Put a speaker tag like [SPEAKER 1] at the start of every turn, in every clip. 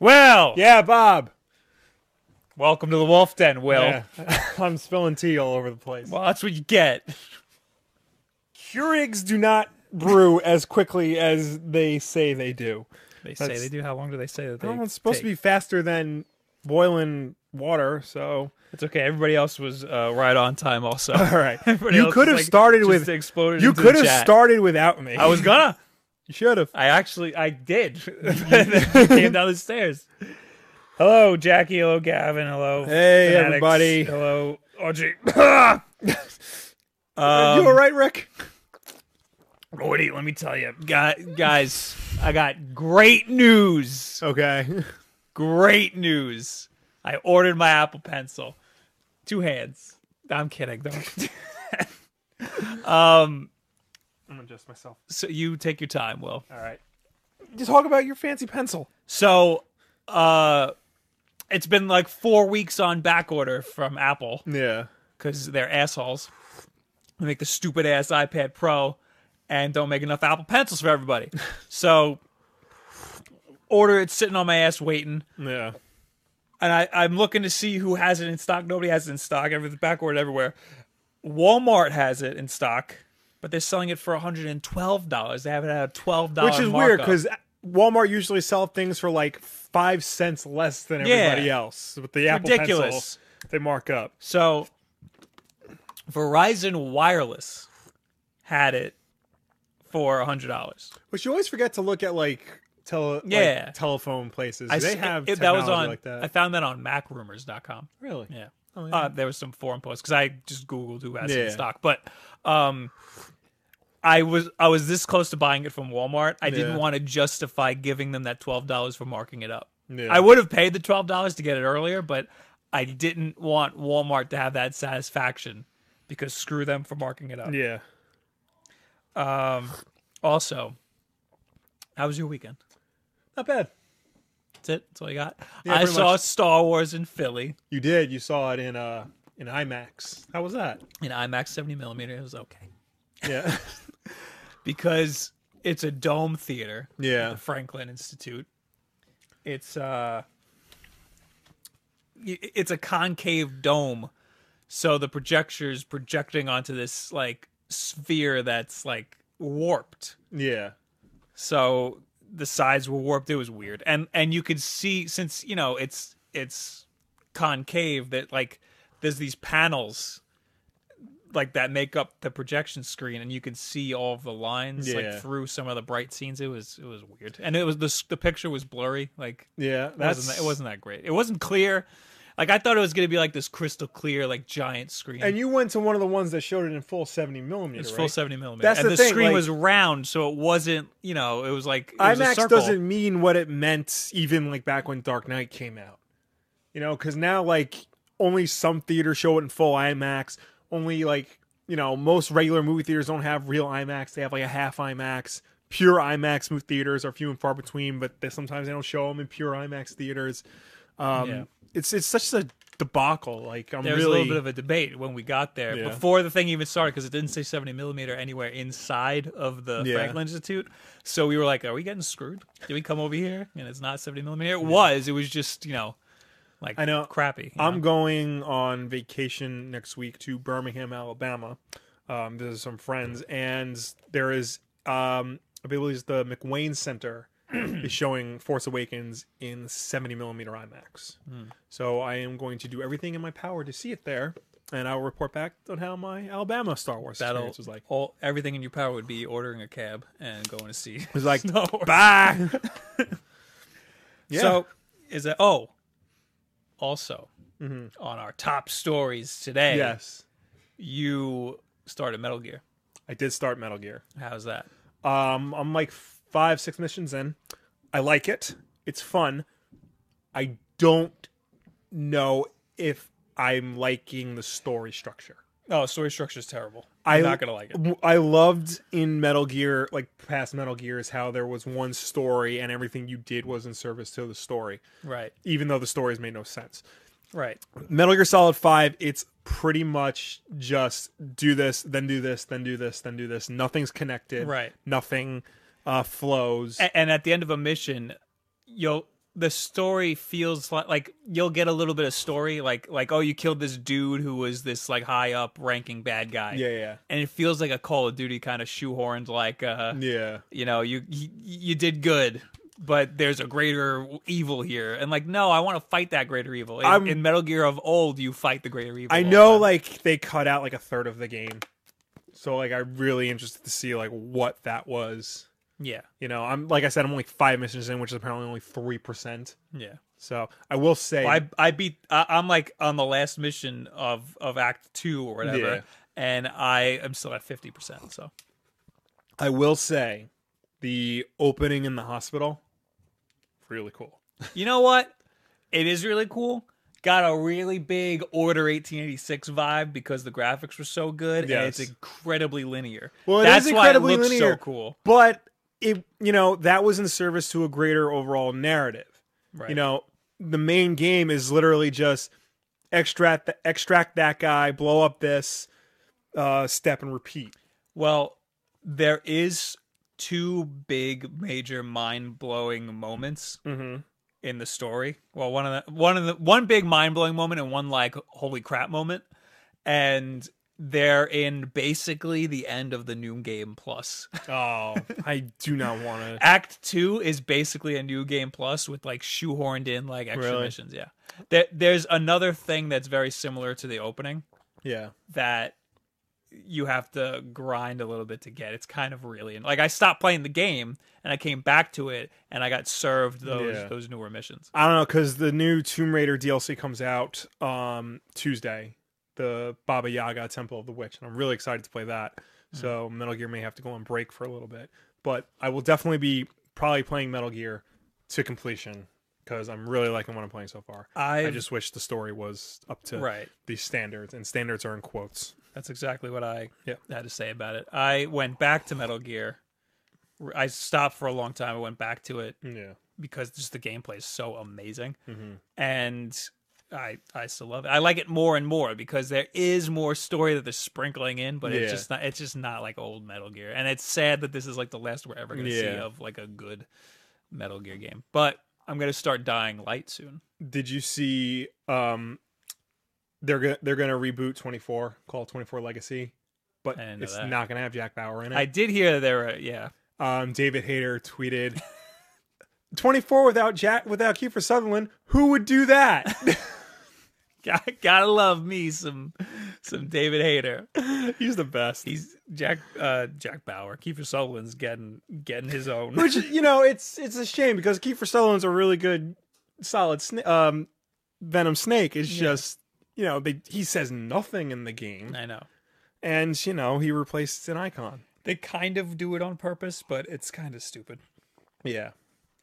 [SPEAKER 1] Will!
[SPEAKER 2] Yeah, Bob.
[SPEAKER 1] Welcome to the Wolf Den, Will.
[SPEAKER 2] Yeah. I'm spilling tea all over the place.
[SPEAKER 1] Well, that's what you get.
[SPEAKER 2] Keurigs do not brew as quickly as they say they do.
[SPEAKER 1] They
[SPEAKER 2] That's-
[SPEAKER 1] say they do. How long do they say that they
[SPEAKER 2] Well, it's supposed to be faster than boiling water, so
[SPEAKER 1] It's okay. Everybody else was uh, right on time also.
[SPEAKER 2] all right.
[SPEAKER 1] Everybody
[SPEAKER 2] you
[SPEAKER 1] else
[SPEAKER 2] could
[SPEAKER 1] was,
[SPEAKER 2] have
[SPEAKER 1] like,
[SPEAKER 2] started
[SPEAKER 1] just
[SPEAKER 2] with
[SPEAKER 1] exploded
[SPEAKER 2] you
[SPEAKER 1] into
[SPEAKER 2] could
[SPEAKER 1] the
[SPEAKER 2] have
[SPEAKER 1] chat.
[SPEAKER 2] started without me.
[SPEAKER 1] I was gonna.
[SPEAKER 2] you should have.
[SPEAKER 1] I actually I did. I came down the stairs. Hello, Jackie. Hello, Gavin. Hello.
[SPEAKER 2] Hey,
[SPEAKER 1] fanatics.
[SPEAKER 2] everybody.
[SPEAKER 1] Hello, Audrey.
[SPEAKER 2] you all right, Rick?
[SPEAKER 1] Gordy, let me tell you, Guy- guys, I got great news.
[SPEAKER 2] Okay.
[SPEAKER 1] Great news. I ordered my Apple Pencil. Two hands. I'm kidding. Don't. um.
[SPEAKER 2] I'm gonna adjust myself.
[SPEAKER 1] So you take your time, Will.
[SPEAKER 2] All right. Just talk about your fancy pencil.
[SPEAKER 1] So, uh, it's been like four weeks on back order from Apple.
[SPEAKER 2] Yeah.
[SPEAKER 1] because they're assholes. They make the stupid ass iPad Pro and don't make enough Apple Pencils for everybody. so order it's sitting on my ass waiting.
[SPEAKER 2] Yeah.
[SPEAKER 1] And I, I'm looking to see who has it in stock. Nobody has it in stock. Everything's backward everywhere. Walmart has it in stock, but they're selling it for $112. They have it at a $12
[SPEAKER 2] Which is weird
[SPEAKER 1] markup.
[SPEAKER 2] because Walmart usually sell things for like five cents less than
[SPEAKER 1] Yeah.
[SPEAKER 2] everybody else. But the Apple
[SPEAKER 1] ridiculous.
[SPEAKER 2] Pencil, they mark up.
[SPEAKER 1] So Verizon Wireless had it for $100.
[SPEAKER 2] But you always forget to look at like tele like,
[SPEAKER 1] Yeah.
[SPEAKER 2] telephone places.
[SPEAKER 1] I
[SPEAKER 2] they
[SPEAKER 1] s-
[SPEAKER 2] have
[SPEAKER 1] it- that was
[SPEAKER 2] technology
[SPEAKER 1] on.
[SPEAKER 2] like that.
[SPEAKER 1] I found that on MacRumors.com.
[SPEAKER 2] really?
[SPEAKER 1] Yeah.
[SPEAKER 2] Oh,
[SPEAKER 1] Uh, there was some forum posts because I just googled who has it
[SPEAKER 2] Yeah.
[SPEAKER 1] in stock, but um, I was I was this close to buying it from Walmart. I
[SPEAKER 2] Yeah.
[SPEAKER 1] didn't want to justify giving them that twelve dollars for marking it up.
[SPEAKER 2] Yeah.
[SPEAKER 1] I would have paid the twelve dollars to get it earlier, but I didn't want Walmart to have that satisfaction because screw them for marking it up.
[SPEAKER 2] yeah.
[SPEAKER 1] Um, also, how was your weekend?
[SPEAKER 2] Not bad.
[SPEAKER 1] That's it. That's all you got.
[SPEAKER 2] Yeah,
[SPEAKER 1] I
[SPEAKER 2] pretty
[SPEAKER 1] saw
[SPEAKER 2] much.
[SPEAKER 1] Star Wars in Philly
[SPEAKER 2] You did. You saw it in uh in IMAX. How was that?
[SPEAKER 1] in IMAX seventy millimeter. It was okay.
[SPEAKER 2] Yeah.
[SPEAKER 1] because it's a dome theater at
[SPEAKER 2] yeah.
[SPEAKER 1] the franklin institute it's uh y- it's a concave dome so the projector's projecting onto this like sphere that's like warped
[SPEAKER 2] Yeah.
[SPEAKER 1] so the sides were warped it was weird and and you could see since you know it's it's concave that like there's these panels like that make up the projection screen and you can see all of the lines
[SPEAKER 2] Yeah.
[SPEAKER 1] like through some of the bright scenes it was it was weird and it was the s- the picture was blurry like
[SPEAKER 2] Yeah.
[SPEAKER 1] it wasn't that, it wasn't that great it wasn't clear like I thought it was going to be like this crystal clear like giant screen
[SPEAKER 2] And you went to one of the ones that showed it in full seventy millimeter.
[SPEAKER 1] it's
[SPEAKER 2] right?
[SPEAKER 1] full 70 millimeter
[SPEAKER 2] That's
[SPEAKER 1] and
[SPEAKER 2] the
[SPEAKER 1] the,
[SPEAKER 2] thing,
[SPEAKER 1] screen
[SPEAKER 2] like-
[SPEAKER 1] was round so it wasn't you know it was like it was a
[SPEAKER 2] IMAX
[SPEAKER 1] circle.
[SPEAKER 2] doesn't mean what it meant even like back when Dark Knight came out. You know, because now like only some theaters show it in full IMAX. Only like you know most regular movie theaters don't have real IMAX. They have like a half IMAX. Pure IMAX movie theaters are few and far between, but they, sometimes they don't show them in pure IMAX theaters. Um,
[SPEAKER 1] Yeah.
[SPEAKER 2] It's it's such a debacle. Like I'm
[SPEAKER 1] there was
[SPEAKER 2] really
[SPEAKER 1] a little bit of a debate when we got there
[SPEAKER 2] Yeah.
[SPEAKER 1] before the thing even started because it didn't say 70 millimeter anywhere inside of the
[SPEAKER 2] Yeah.
[SPEAKER 1] Franklin Institute. So we were like, "Are we getting screwed? Did we come over here and it's not 70 millimeter? It was. It was just you know, like
[SPEAKER 2] I know.
[SPEAKER 1] crappy. you
[SPEAKER 2] I'm
[SPEAKER 1] know?
[SPEAKER 2] going on vacation next week to Birmingham, Alabama. Um, there's some friends, and there is, um, I believe it's the McWayne Center is showing Force Awakens in 70 millimeter IMAX.
[SPEAKER 1] Hmm.
[SPEAKER 2] So I am going to do everything in my power to see it there, and I will report back on how my Alabama Star Wars
[SPEAKER 1] That'll
[SPEAKER 2] experience was like.
[SPEAKER 1] all everything in your power would be ordering a cab and going to see.
[SPEAKER 2] It was like,
[SPEAKER 1] Star Wars.
[SPEAKER 2] bye. yeah.
[SPEAKER 1] So is that oh, also on our top stories today,
[SPEAKER 2] Mm-hmm. yes,
[SPEAKER 1] you started Metal Gear.
[SPEAKER 2] I did start Metal Gear.
[SPEAKER 1] How's that?
[SPEAKER 2] Um, I'm like five, six missions in. I like it. It's fun. I don't know if I'm liking the story structure.
[SPEAKER 1] Oh, story structure is terrible.
[SPEAKER 2] I'm
[SPEAKER 1] I'm
[SPEAKER 2] I-
[SPEAKER 1] not
[SPEAKER 2] not
[SPEAKER 1] gonna
[SPEAKER 2] gonna
[SPEAKER 1] like it.
[SPEAKER 2] W- I loved in Metal Gear, like past Metal Gears, how there was one story and everything you did was in service to the story,
[SPEAKER 1] Right,
[SPEAKER 2] even though the stories made no sense.
[SPEAKER 1] right.
[SPEAKER 2] Metal Gear Solid 5, it's pretty much just do this, then do this, then do this, then do this. Nothing's connected.
[SPEAKER 1] Right.
[SPEAKER 2] Nothing uh, flows.
[SPEAKER 1] And, and at the end of a mission, you'll the story feels like like you'll get a little bit of story like like oh you killed this dude who was this like high up ranking bad guy
[SPEAKER 2] Yeah, yeah,
[SPEAKER 1] and it feels like a Call of Duty kind of shoehorned like uh
[SPEAKER 2] yeah.
[SPEAKER 1] you know you, you you did good but there's a greater evil here and like no I want to fight that greater evil in,
[SPEAKER 2] I'm-
[SPEAKER 1] in Metal Gear of old you fight the greater evil
[SPEAKER 2] I
[SPEAKER 1] all the
[SPEAKER 2] know,
[SPEAKER 1] time.
[SPEAKER 2] like they cut out like a third of the game, so like I'm really interested to see like what that was.
[SPEAKER 1] yeah
[SPEAKER 2] You know, I'm like I said, I'm only five missions in, which is apparently only three percent.
[SPEAKER 1] yeah
[SPEAKER 2] So I will say,
[SPEAKER 1] I I beat. I, I'm like on the last mission of of Act Two or whatever,
[SPEAKER 2] Yeah.
[SPEAKER 1] and I am still at fifty percent. So
[SPEAKER 2] I will say, the opening in the hospital, really cool.
[SPEAKER 1] you know what? It is really cool. Got a really big Order 1886 vibe because the graphics were so good, and it's
[SPEAKER 2] Yes.
[SPEAKER 1] incredibly linear.
[SPEAKER 2] Well, it is
[SPEAKER 1] That's
[SPEAKER 2] incredibly
[SPEAKER 1] why it looks so
[SPEAKER 2] linear.
[SPEAKER 1] cool.
[SPEAKER 2] But it, you know, that was in service to a greater overall narrative.
[SPEAKER 1] Right.
[SPEAKER 2] You know, the main game is literally just extract the, extract that guy, blow up this, uh, step and repeat.
[SPEAKER 1] Well, there is two big, major, mind blowing moments
[SPEAKER 2] Mm-hmm.
[SPEAKER 1] in the story. Well, one of the one of the one big mind blowing moment and one like holy crap moment, and they're in basically the end of the new game plus.
[SPEAKER 2] Oh, I do not want to.
[SPEAKER 1] Act two is basically a new game plus with like shoehorned in like extra
[SPEAKER 2] Really?
[SPEAKER 1] missions. Yeah, there, there's another thing that's very similar to the opening
[SPEAKER 2] Yeah.
[SPEAKER 1] that you have to grind a little bit to get. It's kind of really like I stopped playing the game and I came back to it and I got served those
[SPEAKER 2] Yeah.
[SPEAKER 1] those newer missions.
[SPEAKER 2] I don't know because the new Tomb Raider DLC comes out um, Tuesday, the Baba Yaga Temple of the Witch, and I'm really excited to play that. So Metal Gear may have to go on break for a little bit, but I will definitely be probably playing Metal Gear to completion because I'm really liking what I'm playing so far. I
[SPEAKER 1] I've-
[SPEAKER 2] just uh, wish the story was up to
[SPEAKER 1] right.
[SPEAKER 2] these standards, and standards are in quotes.
[SPEAKER 1] That's exactly what I
[SPEAKER 2] Yeah.
[SPEAKER 1] had to say about it. I went back to Metal Gear. R- I stopped for a long time. I went back to it
[SPEAKER 2] Yeah,
[SPEAKER 1] because just the gameplay is so amazing,
[SPEAKER 2] Mhm.
[SPEAKER 1] and I I still love it. I like it more and more because there is more story that they're sprinkling in, but it's
[SPEAKER 2] Yeah.
[SPEAKER 1] just not it's just not like old Metal Gear. And it's sad that this is like the last we're ever going to see
[SPEAKER 2] Yeah.
[SPEAKER 1] of like a good Metal Gear game. But I'm going to start dying light soon.
[SPEAKER 2] Did you see? Um, they're gonna they're gonna reboot 24, call 24 Legacy, but
[SPEAKER 1] I didn't know
[SPEAKER 2] it's
[SPEAKER 1] that.
[SPEAKER 2] not gonna have Jack Bauer in it.
[SPEAKER 1] I did hear there were yeah
[SPEAKER 2] Um, David Hayter tweeted, "24 without Jack, without Kiefer Sutherland, who would do that?
[SPEAKER 1] Got- gotta love me some some David Hayter.
[SPEAKER 2] He's the best."
[SPEAKER 1] He's Jack uh Jack Bauer. Kiefer Sutherland's getting getting his own.
[SPEAKER 2] Which you know, it's it's a shame because Kiefer Sutherland's a really good, solid sna- um, Venom Snake. It's just you know they, he says nothing in the game,
[SPEAKER 1] I know.
[SPEAKER 2] and you know he replaces an icon.
[SPEAKER 1] They kind of do it on purpose, but it's kind of stupid.
[SPEAKER 2] Yeah,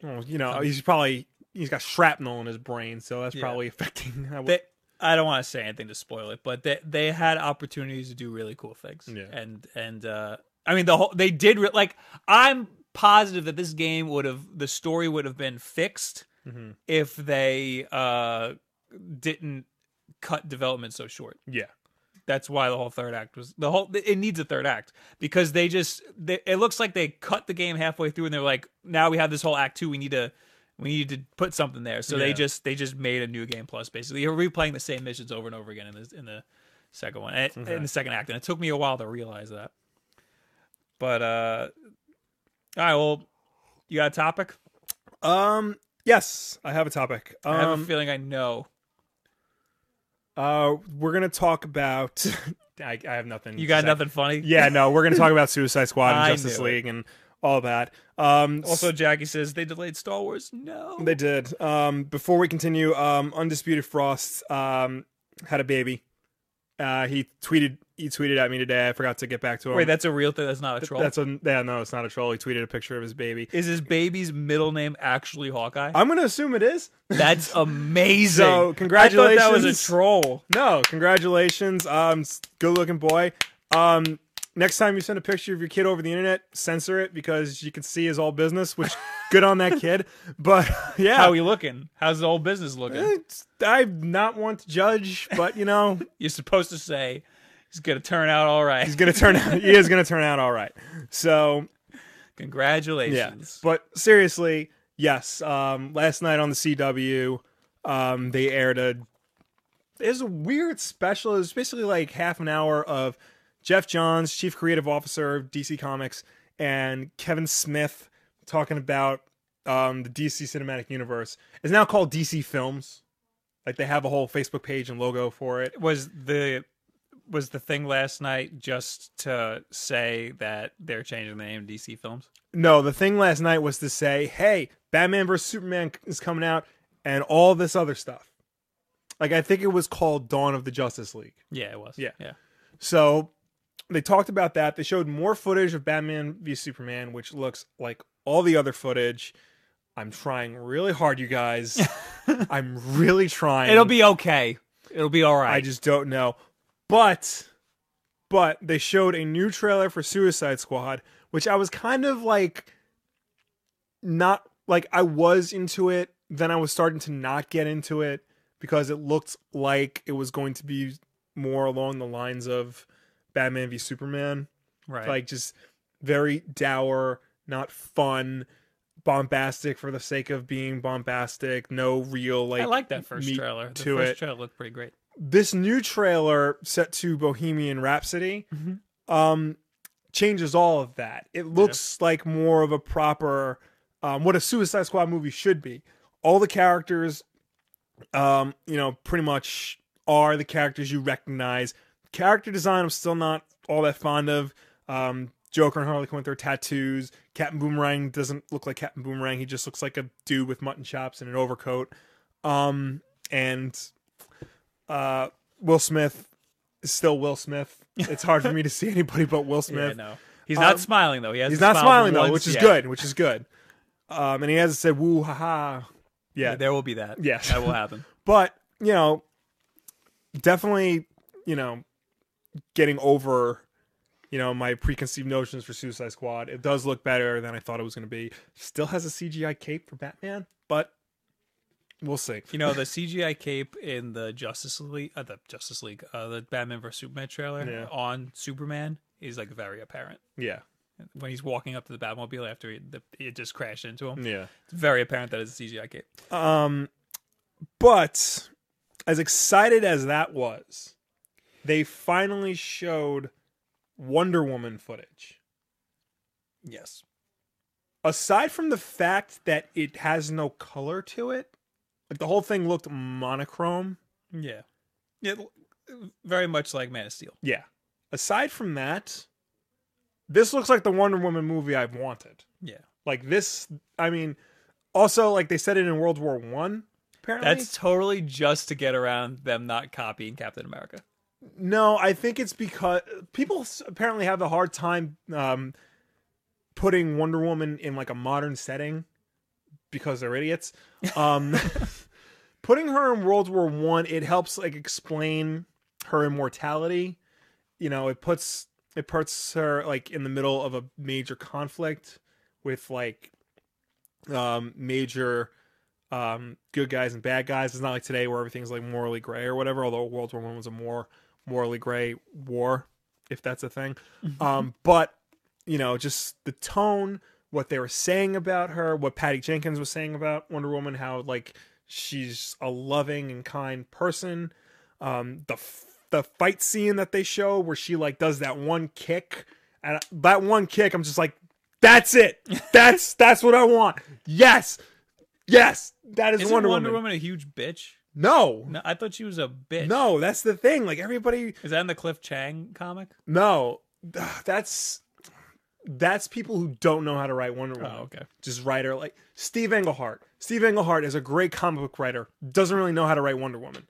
[SPEAKER 2] well, you know he's probably he's got shrapnel in his brain, so that's
[SPEAKER 1] Yeah.
[SPEAKER 2] probably affecting. How
[SPEAKER 1] They I don't want to say anything to spoil it, but they they had opportunities to do really cool things.
[SPEAKER 2] Yeah.
[SPEAKER 1] And and uh I mean the whole they did re- like I'm positive that this game would have the story would have been fixed
[SPEAKER 2] Mhm.
[SPEAKER 1] if they uh didn't cut development so short.
[SPEAKER 2] Yeah,
[SPEAKER 1] That's why the whole third act was the whole. It needs a third act because they just. They, it looks like they cut the game halfway through and they're like, now we have this whole act two. We need to, we need to put something there. So they
[SPEAKER 2] Yeah.
[SPEAKER 1] just they just made a new game plus. Basically, you're replaying the same missions over and over again in the in the second one and- in the second act, and it took me a while to realize that. But uh, all right, well, you got a topic?
[SPEAKER 2] um, yes, I have a topic. Um,
[SPEAKER 1] I have a feeling I know.
[SPEAKER 2] Uh, we're gonna talk about. I, I have nothing.
[SPEAKER 1] You
[SPEAKER 2] to
[SPEAKER 1] got
[SPEAKER 2] say.
[SPEAKER 1] nothing funny?
[SPEAKER 2] mm, Yeah, no, we're gonna talk about Suicide Squad
[SPEAKER 1] I
[SPEAKER 2] and Justice
[SPEAKER 1] knew it.
[SPEAKER 2] League and all that. Um,
[SPEAKER 1] Also, Jackie says they delayed Star Wars. No.
[SPEAKER 2] they did. Um, before we continue, um, Undisputed Frost um had a baby. Uh, he tweeted. He tweeted at me today. I forgot to get back to him.
[SPEAKER 1] Wait, that's a real thing. That's not a troll.
[SPEAKER 2] that's a yeah. No, it's not a troll. He tweeted a picture of his baby.
[SPEAKER 1] Is his baby's middle name actually Hawkeye?
[SPEAKER 2] I'm gonna assume it is.
[SPEAKER 1] That's amazing. I
[SPEAKER 2] So,
[SPEAKER 1] thought that was
[SPEAKER 2] congratulations.
[SPEAKER 1] a troll.
[SPEAKER 2] No, congratulations. Um, good looking boy. Um, next time you send a picture of your kid over the internet, censor it because you can see his all business, which good on that kid. But yeah, Eh,
[SPEAKER 1] How he looking? How's the whole business looking?
[SPEAKER 2] it's- I'm not one to judge, but you know,
[SPEAKER 1] You're supposed to say he's gonna turn out all right.
[SPEAKER 2] he's gonna turn out. He is gonna turn out all right. So
[SPEAKER 1] Congratulations.
[SPEAKER 2] yeah, but seriously, Yes, um, last night on the CW, um, they aired a. There's a weird special. It was basically like half an hour of Jeff Johns, Chief Creative Officer of DC Comics, and Kevin Smith talking about um, the DC Cinematic Universe. It's now called DC Films. Like they have a whole Facebook page and logo for it.
[SPEAKER 1] was the was the thing last night just to say that they're changing the name of DC Films?
[SPEAKER 2] No, the thing last night was to say, "Hey, Batman vs Superman is coming out, and all this other stuff." Like I think it was called Dawn of the Justice League.
[SPEAKER 1] Yeah, it was.
[SPEAKER 2] Yeah.
[SPEAKER 1] yeah.
[SPEAKER 2] So they talked about that. They showed more footage of Batman v Superman, which looks like all the other footage. I'm trying really hard, you guys. I'm really trying.
[SPEAKER 1] It'll be okay. It'll be all right.
[SPEAKER 2] I just don't know. But but they showed a new trailer for Suicide Squad, which I was kind of like not like I was into it, then I was starting to not get into it because it looked like it was going to be more along the lines of Batman v Superman
[SPEAKER 1] right.
[SPEAKER 2] like just very dour, not fun, bombastic for the sake of being bombastic, no real like
[SPEAKER 1] I like that first
[SPEAKER 2] meat
[SPEAKER 1] trailer. The
[SPEAKER 2] to
[SPEAKER 1] first
[SPEAKER 2] it.
[SPEAKER 1] trailer looked pretty great.
[SPEAKER 2] this new trailer set to Bohemian Rhapsody
[SPEAKER 1] Mhm.
[SPEAKER 2] um changes all of that. It looks like more of a proper um what a Suicide Squad movie should be. All the characters um you know pretty much are the characters you recognize. Character design I'm still not all that fond of. Um Joker and Harley Quinn with their tattoos. Captain Boomerang doesn't look like Captain Boomerang. He just looks like a dude with mutton chops and an overcoat. Um and uh, Will Smith is still Will Smith. It's hard for me to see anybody but Will
[SPEAKER 1] Yeah,
[SPEAKER 2] Smith.
[SPEAKER 1] no. He's not
[SPEAKER 2] Um,
[SPEAKER 1] smiling though. He hasn't
[SPEAKER 2] He's not
[SPEAKER 1] smiled
[SPEAKER 2] smiling though,
[SPEAKER 1] once
[SPEAKER 2] which is
[SPEAKER 1] yet.
[SPEAKER 2] good. Which is good. Um, and he hasn't said woo ha ha. Yeah,
[SPEAKER 1] There will be that.
[SPEAKER 2] Yes.
[SPEAKER 1] That will happen.
[SPEAKER 2] but you know, definitely, you know, getting over, you know, my preconceived notions for Suicide Squad. It does look better than I thought it was going to be. Still has a CGI cape for Batman, but we'll see.
[SPEAKER 1] You know the CGI cape in the Justice League, uh, the Justice League, uh, the Batman vs Superman trailer
[SPEAKER 2] Yeah.
[SPEAKER 1] on Superman is like very apparent
[SPEAKER 2] Yeah,
[SPEAKER 1] when he's walking up to the Batmobile after he, the, it just crashed into him.
[SPEAKER 2] yeah.
[SPEAKER 1] It's very apparent that it's a CGI cape.
[SPEAKER 2] Um, but as excited as that was, they finally showed Wonder Woman footage.
[SPEAKER 1] Yes.
[SPEAKER 2] Aside from the fact that it has no color to it, like the whole thing looked monochrome.
[SPEAKER 1] Yeah. It, very much like Man of Steel.
[SPEAKER 2] Yeah. Aside from that, this looks like the Wonder Woman movie I've wanted.
[SPEAKER 1] Yeah.
[SPEAKER 2] Like this, I mean, also like they said it in World War One. Apparently,
[SPEAKER 1] That's totally just to get around them not copying Captain America.
[SPEAKER 2] No, I think it's because people s- apparently have a hard time um, putting Wonder Woman in like a modern setting because they're idiots. Um, putting her in World War One, it helps like explain her immortality. You know, it puts it puts her like in the middle of a major conflict with like um, major um, good guys and bad guys. It's not like today where everything's like morally gray or whatever. Although World War One was a more morally gray war, if that's a thing. um, but you know, just the tone, what they were saying about her, what Patty Jenkins was saying about Wonder Woman, how like she's a loving and kind person. Um, the f- the fight scene that they show where she like does that one kick and that one kick, I'm just like, that's it. That's that's what I want. Yes. Yes, that is
[SPEAKER 1] Isn't
[SPEAKER 2] Wonder,
[SPEAKER 1] Wonder,
[SPEAKER 2] Woman.
[SPEAKER 1] Woman a huge bitch?
[SPEAKER 2] No,
[SPEAKER 1] No, I thought she was a bitch.
[SPEAKER 2] no, that's the thing. Like everybody,
[SPEAKER 1] Is that in the Cliff Chang comic?
[SPEAKER 2] no, Ugh, that's that's people who don't know how to write Wonder Woman.
[SPEAKER 1] Oh, okay.
[SPEAKER 2] Just writer like Steve Englehart. Steve Englehart is a great comic book writer. Doesn't really know how to write Wonder Woman.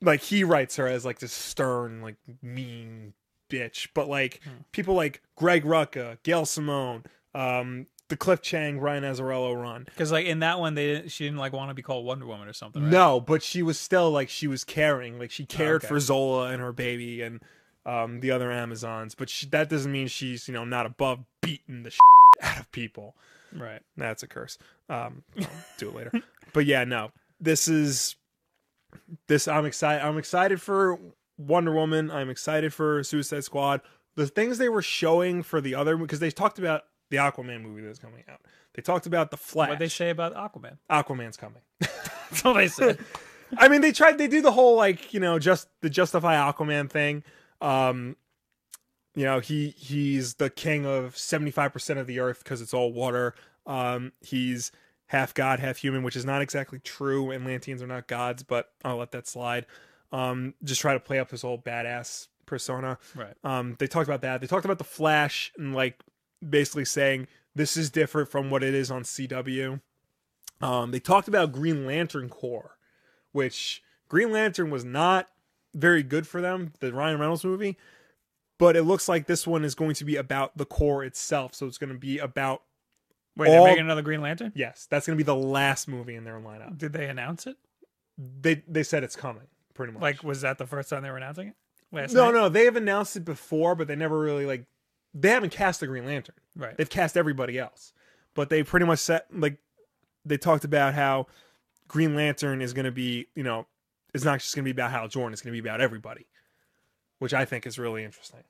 [SPEAKER 2] Like he writes her as like this stern, like mean bitch. But like people like Greg Rucka, Gail Simone, um, the Cliff Chang, Ryan Azarello run.
[SPEAKER 1] Because like in that one, they didn't, she didn't like want to be called Wonder Woman or something. Right?
[SPEAKER 2] No, but she was still like she was caring, like she cared
[SPEAKER 1] okay.
[SPEAKER 2] for Zola and her baby and um, the other Amazons. But she, that doesn't mean she's you know not above beating the shit out of people.
[SPEAKER 1] right?
[SPEAKER 2] That's a curse. Um, I'll do it later. But yeah, no, this is this. I'm excited. I'm excited for Wonder Woman. I'm excited for Suicide Squad. The things they were showing for the other because they talked about the Aquaman movie that's coming out. They talked about the Flash.
[SPEAKER 1] What they say about Aquaman?
[SPEAKER 2] Aquaman's coming.
[SPEAKER 1] That's all they said.
[SPEAKER 2] I mean, they tried. They do the whole like you know just the justify Aquaman thing. Um, you know he he's the king of seventy five percent of the earth because it's all water. Um, he's half god, half human, which is not exactly true. Atlanteans are not gods, but I'll let that slide. Um, just try to play up his whole badass persona.
[SPEAKER 1] right.
[SPEAKER 2] Um, they talked about that. They talked about the Flash and like basically saying this is different from what it is on CW. Um, they talked about Green Lantern Corps, which Green Lantern was not very good for them, the Ryan Reynolds movie. But it looks like this one is going to be about the core itself. So it's going to be about,
[SPEAKER 1] Wait, they're
[SPEAKER 2] All-
[SPEAKER 1] making another Green Lantern?
[SPEAKER 2] yes, that's going to be the last movie in their lineup.
[SPEAKER 1] Did they announce it?
[SPEAKER 2] They they said it's coming, pretty much.
[SPEAKER 1] Like, was that the first time they were announcing it? Last
[SPEAKER 2] no,
[SPEAKER 1] night?
[SPEAKER 2] no, they have announced it before, but they never really like, they haven't cast the Green Lantern.
[SPEAKER 1] Right.
[SPEAKER 2] they've cast everybody else but they pretty much set like they talked about how green lantern is going to be you know it's not just going to be about hal jordan it's going to be about everybody which i think is really interesting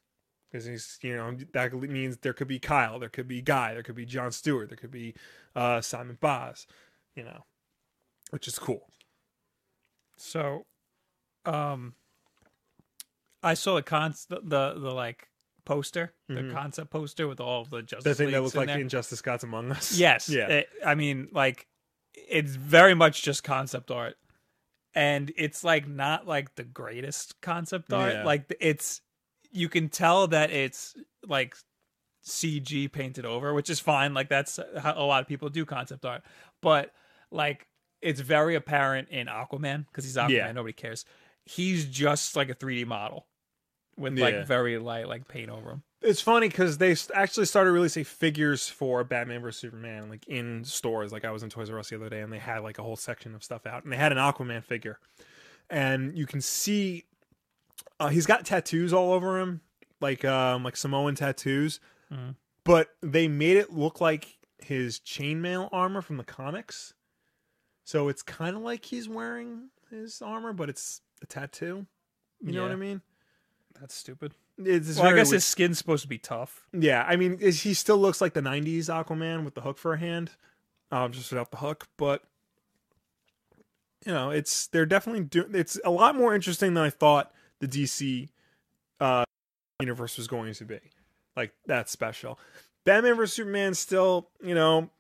[SPEAKER 2] because he's you know that means there could be kyle there could be guy there could be john stewart there could be uh, simon Boz, you know which is cool
[SPEAKER 1] So, um, I saw the con the the, the like poster, the
[SPEAKER 2] Mhm.
[SPEAKER 1] concept poster with all of the Justice
[SPEAKER 2] the thing that
[SPEAKER 1] Leagues
[SPEAKER 2] looked
[SPEAKER 1] in
[SPEAKER 2] like
[SPEAKER 1] there.
[SPEAKER 2] injustice gods among us
[SPEAKER 1] Yes.
[SPEAKER 2] yeah
[SPEAKER 1] It- I mean, like, it's very much just concept art, and it's like not like the greatest concept art.
[SPEAKER 2] Yeah.
[SPEAKER 1] Like, it's you can tell that it's like CG painted over, which is fine. Like, that's how a lot of people do concept art, but like, it's very apparent in Aquaman because he's Aquaman.
[SPEAKER 2] Yeah.
[SPEAKER 1] Nobody cares. He's just like a 3D model with like
[SPEAKER 2] Yeah.
[SPEAKER 1] very light like paint over him.
[SPEAKER 2] It's funny because they s- actually started releasing figures for Batman vs Superman, like in stores. Like I was in Toys R Us the other day, and they had like a whole section of stuff out, and they had an Aquaman figure, and you can see uh, he's got tattoos all over him, like um, like Samoan tattoos.
[SPEAKER 1] Mhm.
[SPEAKER 2] But they made it look like his chainmail armor from the comics, so it's kind of like he's wearing his armor, but it's a tattoo. You know what
[SPEAKER 1] Yeah.
[SPEAKER 2] I mean?
[SPEAKER 1] That's stupid.
[SPEAKER 2] It's, it's
[SPEAKER 1] Well, I
[SPEAKER 2] very
[SPEAKER 1] guess
[SPEAKER 2] weird.
[SPEAKER 1] his skin's supposed to be tough.
[SPEAKER 2] Yeah, I mean, is, he still looks like the '90s Aquaman with the hook for a hand, um, just without the hook. But you know, it's they're definitely doing. It's a lot more interesting than I thought the DC uh, universe was going to be. Like that's special. Batman vs Superman still, you know,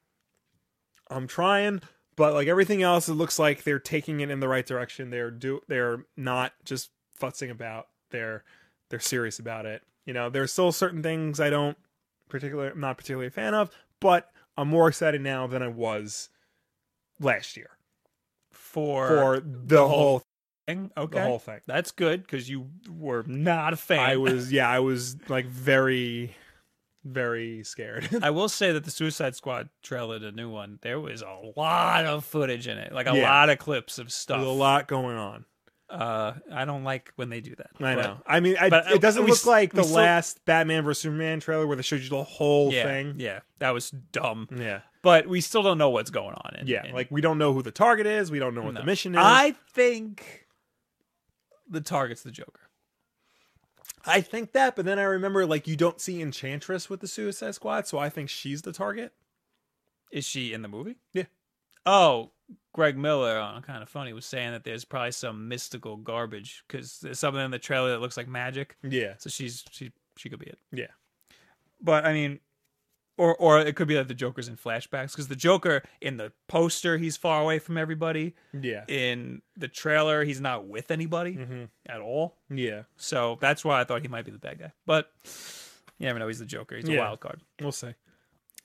[SPEAKER 2] I'm trying, but like everything else, it looks like they're taking it in the right direction. They're do they're not just futzing about. They're they're serious about it. You know, there are still certain things I don't particular I'm not particularly a fan of, but I'm more excited now than I was last year
[SPEAKER 1] for,
[SPEAKER 2] for the whole
[SPEAKER 1] thing. Okay,
[SPEAKER 2] the whole thing.
[SPEAKER 1] that's good because you were not a fan.
[SPEAKER 2] I was yeah, I was like very very scared.
[SPEAKER 1] I will say that the Suicide Squad trailer, the new one, there was a lot of footage in it, like a
[SPEAKER 2] Yeah.
[SPEAKER 1] lot of clips of stuff.
[SPEAKER 2] There's a lot going on.
[SPEAKER 1] Uh, I don't like when they do that.
[SPEAKER 2] I
[SPEAKER 1] but-
[SPEAKER 2] know. I mean, I,
[SPEAKER 1] but uh,
[SPEAKER 2] it doesn't
[SPEAKER 1] we
[SPEAKER 2] look
[SPEAKER 1] s-
[SPEAKER 2] like
[SPEAKER 1] we
[SPEAKER 2] the
[SPEAKER 1] still-
[SPEAKER 2] last Batman vs Superman trailer where they showed you the whole
[SPEAKER 1] Yeah,
[SPEAKER 2] thing.
[SPEAKER 1] yeah, that was dumb.
[SPEAKER 2] Yeah,
[SPEAKER 1] But we still don't know what's going on. in-
[SPEAKER 2] yeah.
[SPEAKER 1] in-
[SPEAKER 2] Like we don't know who the target is. We don't know what
[SPEAKER 1] no.
[SPEAKER 2] the mission is.
[SPEAKER 1] I think the target's the Joker.
[SPEAKER 2] I think that, but then I remember like you don't see Enchantress with the Suicide Squad, so I think she's the target.
[SPEAKER 1] Is she in the movie?
[SPEAKER 2] Yeah.
[SPEAKER 1] Oh, Greg Miller on Kind of Funny was saying that there's probably some mystical garbage because there's something in the trailer that looks like magic.
[SPEAKER 2] Yeah,
[SPEAKER 1] So she's she she could be it.
[SPEAKER 2] Yeah.
[SPEAKER 1] But I mean, or or it could be that the Joker's in flashbacks because the Joker in the poster he's far away from everybody.
[SPEAKER 2] yeah,
[SPEAKER 1] In the trailer he's not with anybody
[SPEAKER 2] hmm
[SPEAKER 1] at all.
[SPEAKER 2] yeah.
[SPEAKER 1] So that's why I thought he might be the bad guy. But you never know. He's the Joker. He's a
[SPEAKER 2] Yeah.
[SPEAKER 1] wild card.
[SPEAKER 2] We'll see.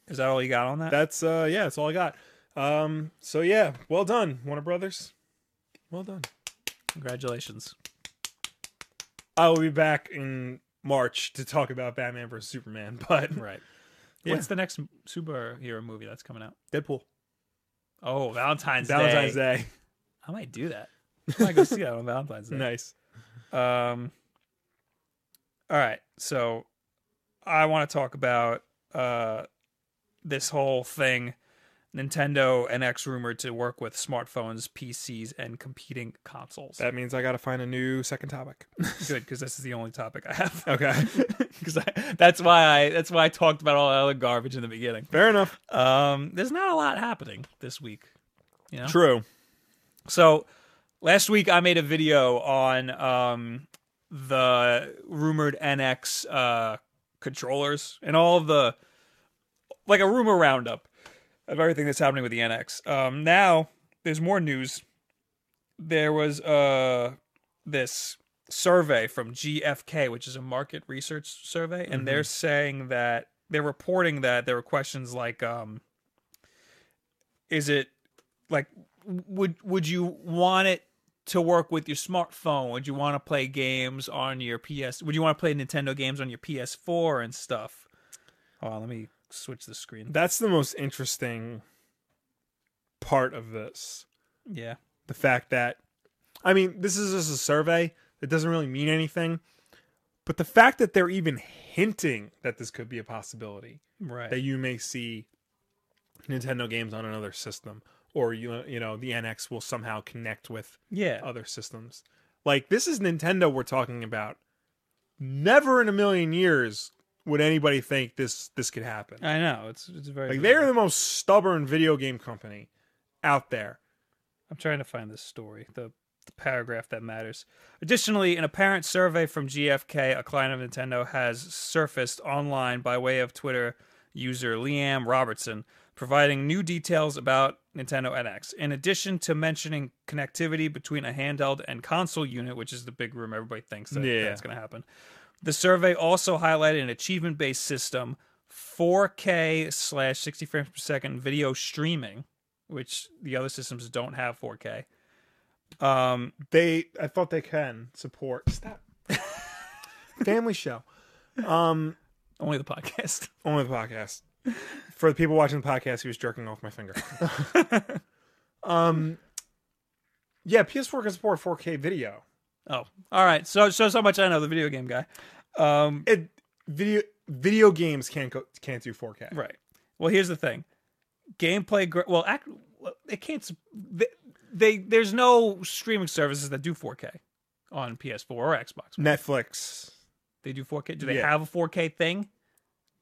[SPEAKER 1] Is that all you got on that?
[SPEAKER 2] That's uh, yeah, that's all I got. Um, so yeah, well done, Warner Brothers. Well done.
[SPEAKER 1] Congratulations.
[SPEAKER 2] I will be back in March to talk about Batman versus Superman, but
[SPEAKER 1] Right.
[SPEAKER 2] Yeah.
[SPEAKER 1] What's the next superhero movie that's coming out?
[SPEAKER 2] Deadpool,
[SPEAKER 1] Oh, Valentine's,
[SPEAKER 2] Valentine's
[SPEAKER 1] Day.
[SPEAKER 2] Day,
[SPEAKER 1] I might do that. I might go see that on Valentine's Day.
[SPEAKER 2] nice.
[SPEAKER 1] Um. All right, so I want to talk about uh this whole thing Nintendo NX rumored to work with smartphones, PCs, and competing consoles.
[SPEAKER 2] That means I got to find a new second topic.
[SPEAKER 1] Good, because this is the only topic I have.
[SPEAKER 2] Okay.
[SPEAKER 1] because that's why I that's why I talked about all that other garbage in the beginning.
[SPEAKER 2] Fair enough.
[SPEAKER 1] Um, there's not a lot happening this week. You know?
[SPEAKER 2] True.
[SPEAKER 1] So last week I made a video on um, the rumored NX uh, controllers and all of the like a rumor roundup of everything that's happening with the NX. Um, now there's more news. There was uh, this survey from GFK, which is a market research survey, and they're saying that they're reporting that there were questions like, um, is it like would would you want it to work with your smartphone? Would you want to play games on your PS? Would you want to play Nintendo games on your PS4 and stuff? Hold on, let me switch the screen.
[SPEAKER 2] That's the most interesting part of this.
[SPEAKER 1] Yeah,
[SPEAKER 2] the fact that I mean, this is just a survey. It doesn't really mean anything. But the fact that they're even hinting that this could be a possibility that
[SPEAKER 1] right.
[SPEAKER 2] you may see Nintendo games on another system or you you know, the NX will somehow connect with
[SPEAKER 1] Yeah,
[SPEAKER 2] other systems. Like this is Nintendo we're talking about. Never in a million years would anybody think this this could happen.
[SPEAKER 1] I know it's it's very.
[SPEAKER 2] Like
[SPEAKER 1] weird.
[SPEAKER 2] they're the most stubborn video game company out there.
[SPEAKER 1] I'm trying to find this story, the, the paragraph that matters. Additionally, an apparent survey from GFK, a client of Nintendo, has surfaced online by way of Twitter user Liam Robertson, providing new details about Nintendo NX. In addition to mentioning connectivity between a handheld and console unit, which is the big room everybody thinks that,
[SPEAKER 2] Yeah.
[SPEAKER 1] that's going to happen, the survey also highlighted an achievement based system, 4K slash 60 frames per second video streaming, which the other systems don't have 4K. Um,
[SPEAKER 2] they i thought they can support stop family show um
[SPEAKER 1] only the podcast.
[SPEAKER 2] only the podcast for the people watching the podcast he was jerking off my finger um yeah ps4 can support 4k video
[SPEAKER 1] Oh, all right. So shows how much I know, the video game guy. Um,
[SPEAKER 2] it video video games can't go can't do 4k
[SPEAKER 1] right. Well, here's the thing. Gameplay. Gra- well, act- well, they can't. s- They, they there's no streaming services that do 4K on PS4 or Xbox.
[SPEAKER 2] netflix
[SPEAKER 1] They do 4K. Do they
[SPEAKER 2] Yeah.
[SPEAKER 1] have a 4K thing?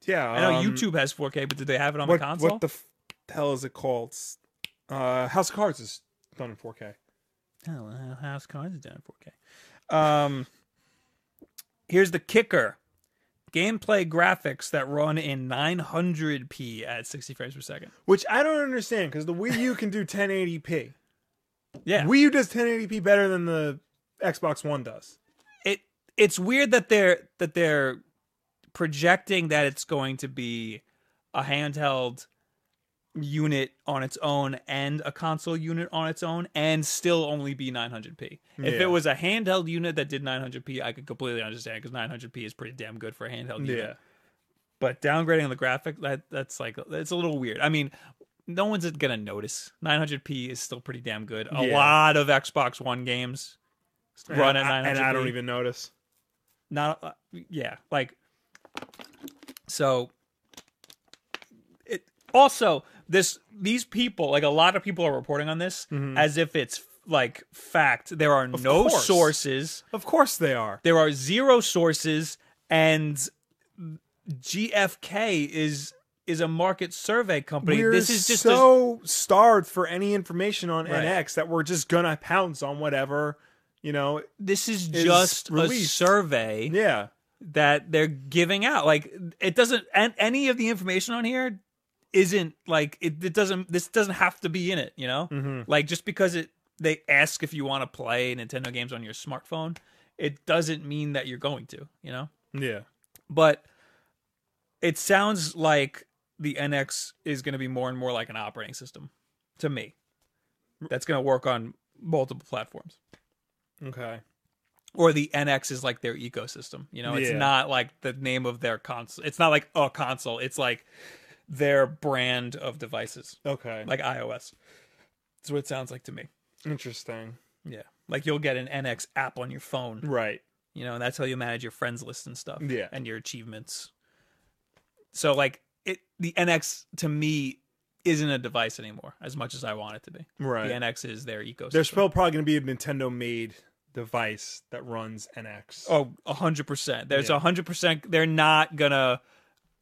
[SPEAKER 2] yeah
[SPEAKER 1] I know
[SPEAKER 2] um,
[SPEAKER 1] YouTube has 4K, but do they have it on
[SPEAKER 2] what,
[SPEAKER 1] the console?
[SPEAKER 2] what the f- hell is it called It's- uh house of cards is done in 4k
[SPEAKER 1] Hell, uh, House Cards is down in 4K. Um, here's the kicker: gameplay graphics that run in 900p at 60 frames per second.
[SPEAKER 2] which i don't understand because the wii u can do 1080p
[SPEAKER 1] Yeah,
[SPEAKER 2] Wii U does 1080p better than the Xbox One does.
[SPEAKER 1] it it's weird that they're that they're projecting that it's going to be a handheld unit on its own and a console unit on its own and still only be 900p. If
[SPEAKER 2] Yeah.
[SPEAKER 1] it was a handheld unit that did 900p, I could completely understand because 900p is pretty damn good for a handheld unit. but downgrading the graphic that that's like it's a little weird. I mean, no one's gonna notice. 900p is still pretty damn good. A
[SPEAKER 2] Yeah.
[SPEAKER 1] lot of Xbox One games run at
[SPEAKER 2] And I-
[SPEAKER 1] 900p.
[SPEAKER 2] and I don't even notice.
[SPEAKER 1] not uh, yeah like so it also this these people like a lot of people are reporting on this as if it's like fact. There are no
[SPEAKER 2] Mm-hmm. course.
[SPEAKER 1] sources.
[SPEAKER 2] Of course they are.
[SPEAKER 1] There are zero sources, and GFK is is a market survey company.
[SPEAKER 2] We're
[SPEAKER 1] this is just a,
[SPEAKER 2] so starved for any information on
[SPEAKER 1] Right.
[SPEAKER 2] NX that we're just gonna pounce on whatever, you know.
[SPEAKER 1] this is just a
[SPEAKER 2] released.
[SPEAKER 1] survey
[SPEAKER 2] Yeah,
[SPEAKER 1] that they're giving out. Like it doesn't, and any of the information on here isn't like it, it doesn't. This doesn't have to be in it. You
[SPEAKER 2] Hmm.
[SPEAKER 1] know,
[SPEAKER 2] Mm-hmm.
[SPEAKER 1] like just because it they ask if you want to play Nintendo games on your smartphone, it doesn't mean that you're going to. You know.
[SPEAKER 2] yeah.
[SPEAKER 1] but it sounds like the NX is going to be more and more like an operating system to me. That's going to work on multiple platforms.
[SPEAKER 2] Okay.
[SPEAKER 1] Or the NX is like their ecosystem. You know, it's
[SPEAKER 2] Yeah.
[SPEAKER 1] not like the name of their console. It's not like a console. It's like their brand of devices,
[SPEAKER 2] Okay.
[SPEAKER 1] like iOS. That's what it sounds like to me.
[SPEAKER 2] Interesting.
[SPEAKER 1] Yeah. Like you'll get an NX app on your phone
[SPEAKER 2] Right.
[SPEAKER 1] you know, and that's how you manage your friends list and stuff.
[SPEAKER 2] Yeah.
[SPEAKER 1] And your achievements. So like it the NX to me isn't a device anymore as much as I want it to be.
[SPEAKER 2] Right.
[SPEAKER 1] The NX is their ecosystem.
[SPEAKER 2] There's still probably going to be a Nintendo made device that runs NX.
[SPEAKER 1] Oh, a hundred percent. There's
[SPEAKER 2] Yeah.
[SPEAKER 1] a hundred percent. They're not gonna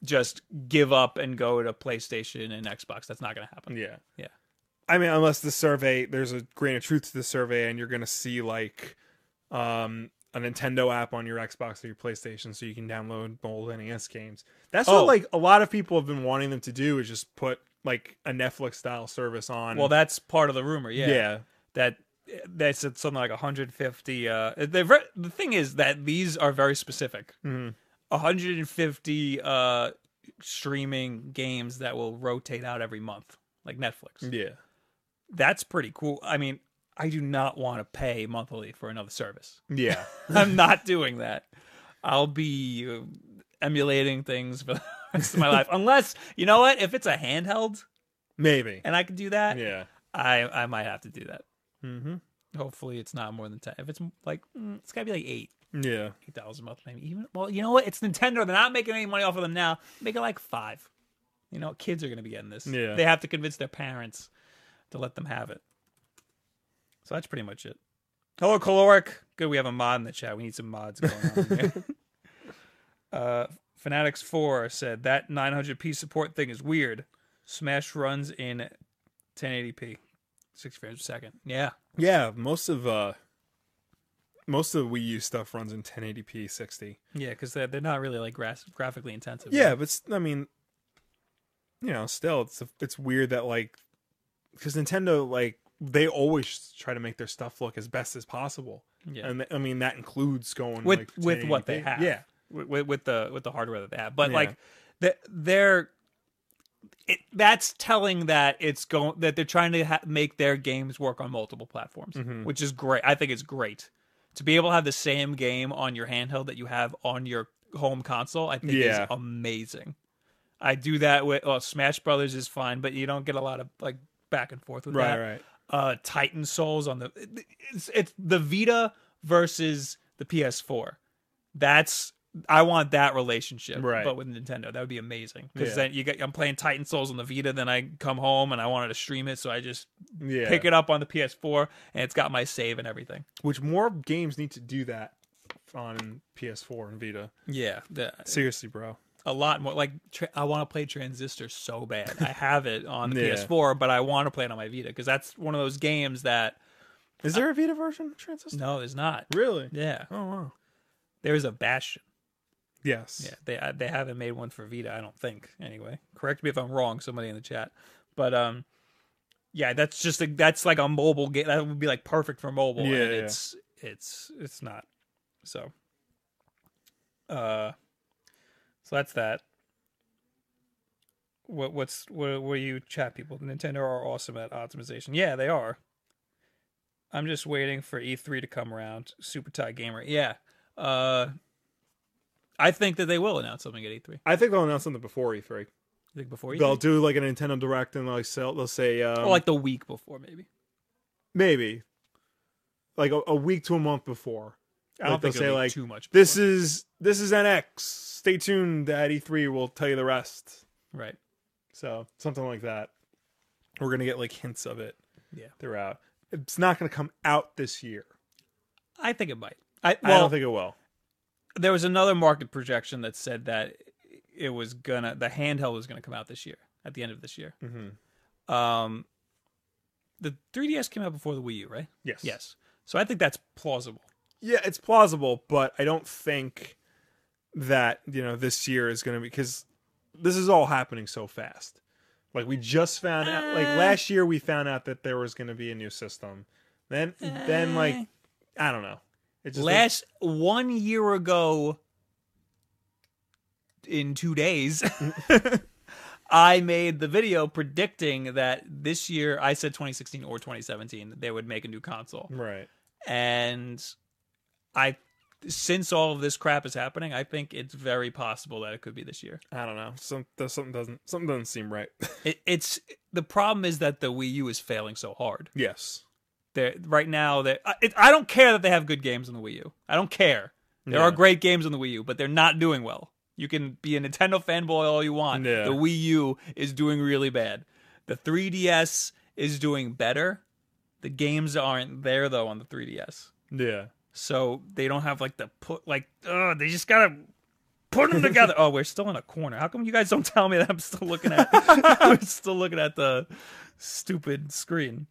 [SPEAKER 1] just give up and go to PlayStation and Xbox. That's not gonna happen.
[SPEAKER 2] Yeah.
[SPEAKER 1] Yeah.
[SPEAKER 2] I mean, unless the survey, there's a grain of truth to the survey, and you're going to see like um, a Nintendo app on your Xbox or your PlayStation, so you can download old NES games. That's
[SPEAKER 1] Oh.
[SPEAKER 2] what like a lot of people have been wanting them to do is just put like a Netflix style service on.
[SPEAKER 1] Well, that's part of the rumor.
[SPEAKER 2] yeah,
[SPEAKER 1] Yeah. That that's at something like 150. Uh, they're ver- the thing is that these are very specific.
[SPEAKER 2] Mhm.
[SPEAKER 1] 150 uh streaming games that will rotate out every month, like Netflix.
[SPEAKER 2] yeah.
[SPEAKER 1] That's pretty cool. I mean, I do not want to pay monthly for another service.
[SPEAKER 2] Yeah.
[SPEAKER 1] I'm not doing that. I'll be uh, emulating things for the rest of my life, unless you know what. If it's a handheld
[SPEAKER 2] Maybe.
[SPEAKER 1] and I can do that,
[SPEAKER 2] Yeah.
[SPEAKER 1] I I might have to do that.
[SPEAKER 2] Mm-hmm.
[SPEAKER 1] Hopefully, it's not more than ten. If it's like mm, it's gotta be like eight
[SPEAKER 2] Yeah.
[SPEAKER 1] eight dollars a month, maybe even. Well, you know what? It's Nintendo. They're not making any money off of them now. Make it like five. You know, kids are gonna be getting this.
[SPEAKER 2] Yeah.
[SPEAKER 1] they have to convince their parents to let them have it. So that's pretty much it. Hello, caloric. Good, we have a mod in the chat. We need some mods going on. in here. uh, Fanatics Four said that 900p support thing is weird. Smash runs in 1080p, 60 frames per second. Yeah,
[SPEAKER 2] Yeah. Most of uh, most of the Wii U stuff runs in 1080p 60.
[SPEAKER 1] yeah, because they're, they're not really like gra- graphically intensive.
[SPEAKER 2] Yeah, but s- I mean, you know, still, it's it's weird that like because Nintendo like they always try to make their stuff look as best as possible,
[SPEAKER 1] yeah.
[SPEAKER 2] and th- I mean that includes going
[SPEAKER 1] with
[SPEAKER 2] like,
[SPEAKER 1] with what they
[SPEAKER 2] 1080p.
[SPEAKER 1] have.
[SPEAKER 2] Yeah,
[SPEAKER 1] with, with the with the hardware that they have. But
[SPEAKER 2] Yeah.
[SPEAKER 1] like the, they're it, that's telling that it's going that they're trying to ha- make their games work on multiple platforms,
[SPEAKER 2] Mm-hmm.
[SPEAKER 1] which is great. I think it's great to be able to have the same game on your handheld that you have on your home console. I think
[SPEAKER 2] Yeah.
[SPEAKER 1] is amazing. I do that with well, Smash Brothers is fine, but you don't get a lot of like back and forth with
[SPEAKER 2] right,
[SPEAKER 1] that
[SPEAKER 2] right.
[SPEAKER 1] uh Titan Souls on the it's, it's the Vita versus the PS4. That's I want that relationship,
[SPEAKER 2] Right.
[SPEAKER 1] but with Nintendo, that would be amazing. Because
[SPEAKER 2] Yeah.
[SPEAKER 1] then you get I'm playing Titan Souls on the Vita, then I come home and I wanted to stream it, so I just
[SPEAKER 2] Yeah,
[SPEAKER 1] pick it up on the PS4 and it's got my save and everything.
[SPEAKER 2] which more games need to do that on PS4 and Vita.
[SPEAKER 1] Yeah, the,
[SPEAKER 2] Seriously, bro.
[SPEAKER 1] a lot more. Like tra- I want to play Transistor so bad. I have it on the
[SPEAKER 2] Yeah.
[SPEAKER 1] PS4, but I want to play it on my Vita because that's one of those games that
[SPEAKER 2] Is there a Vita version of Transistor?
[SPEAKER 1] no, there's not.
[SPEAKER 2] Really?
[SPEAKER 1] Yeah,
[SPEAKER 2] Oh wow.
[SPEAKER 1] there is a Bastion.
[SPEAKER 2] Yes.
[SPEAKER 1] Yeah, they uh, they haven't made one for Vita, I don't think. Anyway, correct me if I'm wrong, somebody in the chat. But um, yeah, that's just a, that's like a mobile game. That would be like perfect for mobile.
[SPEAKER 2] Yeah,
[SPEAKER 1] and
[SPEAKER 2] yeah.
[SPEAKER 1] it's it's it's not. So, uh, so that's that. What what's what what do you chat people? Nintendo are awesome at optimization. Yeah, they are. I'm just waiting for E3 to come around. Super Tie Gamer. Yeah. Uh I think that they will announce something at E3. You
[SPEAKER 2] I think they'll announce something before E3.
[SPEAKER 1] think before E E3?
[SPEAKER 2] They'll do like a Nintendo Direct and like sell. They'll say um,
[SPEAKER 1] or like the week before, maybe.
[SPEAKER 2] maybe like a, a week to a month before.
[SPEAKER 1] I don't
[SPEAKER 2] Like, they'll
[SPEAKER 1] think it'll
[SPEAKER 2] say
[SPEAKER 1] be
[SPEAKER 2] like
[SPEAKER 1] too much.
[SPEAKER 2] this is this is NX. Stay tuned at E3. We'll tell you the rest.
[SPEAKER 1] right.
[SPEAKER 2] So something like that. We're gonna get like hints of it.
[SPEAKER 1] Yeah.
[SPEAKER 2] throughout. It's not gonna come out this year.
[SPEAKER 1] I think it might. I
[SPEAKER 2] I
[SPEAKER 1] well,
[SPEAKER 2] don't think it will.
[SPEAKER 1] there was another market projection that said that it was gonna the handheld was gonna come out this year at the end of this year.
[SPEAKER 2] hmm
[SPEAKER 1] Um, the 3DS came out before the Wii U, right?
[SPEAKER 2] Yes.
[SPEAKER 1] Yes. So I think that's plausible.
[SPEAKER 2] Yeah, it's plausible, but I don't think that you know this year is gonna be because this is all happening so fast. Like we just found out. Like
[SPEAKER 1] Uh.
[SPEAKER 2] last year, we found out that there was gonna be a new system. Then, then like
[SPEAKER 1] Eh.
[SPEAKER 2] I don't know. It's
[SPEAKER 1] last one year ago in two days i made the video predicting that this year i said 2016 or 2017 they would make a new console
[SPEAKER 2] right.
[SPEAKER 1] and i since all of this crap is happening i think it's very possible that it could be this year
[SPEAKER 2] I don't know. Some there's something doesn't something doesn't seem right.
[SPEAKER 1] it, it's the problem is that the wii u is failing so hard
[SPEAKER 2] yes.
[SPEAKER 1] They're, right now, they're, I, it, I don't care that they have good games on the Wii U. I don't care. There
[SPEAKER 2] Yeah.
[SPEAKER 1] are great games on the Wii U, but they're not doing well. You can be a Nintendo fanboy all you want.
[SPEAKER 2] Yeah.
[SPEAKER 1] The Wii U is doing really bad. The 3DS is doing better. The games aren't there though on the 3DS,
[SPEAKER 2] Yeah.
[SPEAKER 1] so they don't have like the put like. Ugh, they just gotta put them together. oh, we're still in a corner. How come you guys don't tell me that I'm still looking at? I'm still looking at the stupid screen.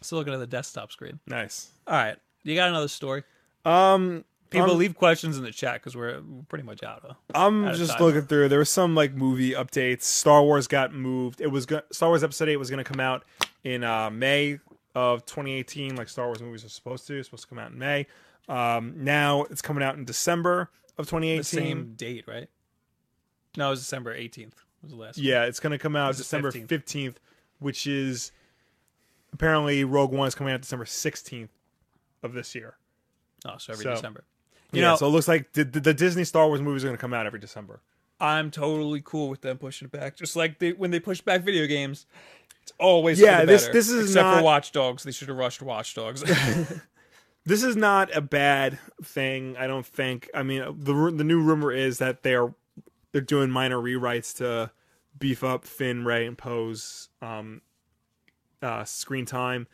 [SPEAKER 1] Still looking at the desktop screen.
[SPEAKER 2] Nice.
[SPEAKER 1] All right, you got another story.
[SPEAKER 2] Um,
[SPEAKER 1] People
[SPEAKER 2] I'm-
[SPEAKER 1] leave questions in the chat because we're pretty much out. Huh?
[SPEAKER 2] I'm
[SPEAKER 1] of
[SPEAKER 2] just
[SPEAKER 1] time.
[SPEAKER 2] looking through. There was some like movie updates. Star Wars got moved. It was go- Star Wars Episode Eight was going to come out in uh, May of 2018. Like Star Wars movies are supposed to. It's supposed to come out in May. Um, now it's coming out in December of 2018.
[SPEAKER 1] the same date, right? No, it was December 18th. Was the last. one.
[SPEAKER 2] Yeah, it's going to come out
[SPEAKER 1] the
[SPEAKER 2] December
[SPEAKER 1] 15th.
[SPEAKER 2] 15th, which is apparently Rogue One is coming out December 16th of this year.
[SPEAKER 1] Oh, so every
[SPEAKER 2] So-
[SPEAKER 1] December. You
[SPEAKER 2] yeah,
[SPEAKER 1] know,
[SPEAKER 2] so it looks like the, the, the Disney Star Wars movies are going to come out every December.
[SPEAKER 1] I'm totally cool with them pushing it back. Just like they, when they push back video games, it's always
[SPEAKER 2] Yeah,
[SPEAKER 1] For the
[SPEAKER 2] this-
[SPEAKER 1] better.
[SPEAKER 2] this is
[SPEAKER 1] except
[SPEAKER 2] not-
[SPEAKER 1] for Watch Dogs. They should have rushed Watch Dogs.
[SPEAKER 2] this is not a bad thing i don't think i mean the ru- the new rumor is that they're they're doing minor rewrites to beef up finn ray and poe's um uh screen time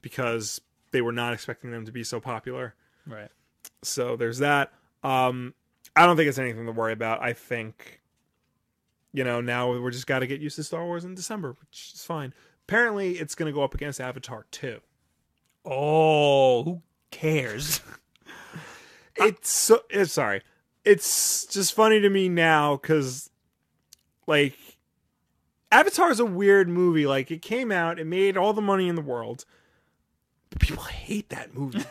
[SPEAKER 2] because they were not expecting them to be so popular
[SPEAKER 1] right.
[SPEAKER 2] so there's that um i don't think it's anything to worry about i think you know now we're just got to get used to star wars in december which is fine apparently it's going to go up against avatar 2
[SPEAKER 1] Oh, who cares?
[SPEAKER 2] it's so it's sorry it's just funny to me now because like avatar is a weird movie like it came out it made all the money in the world but people hate that movie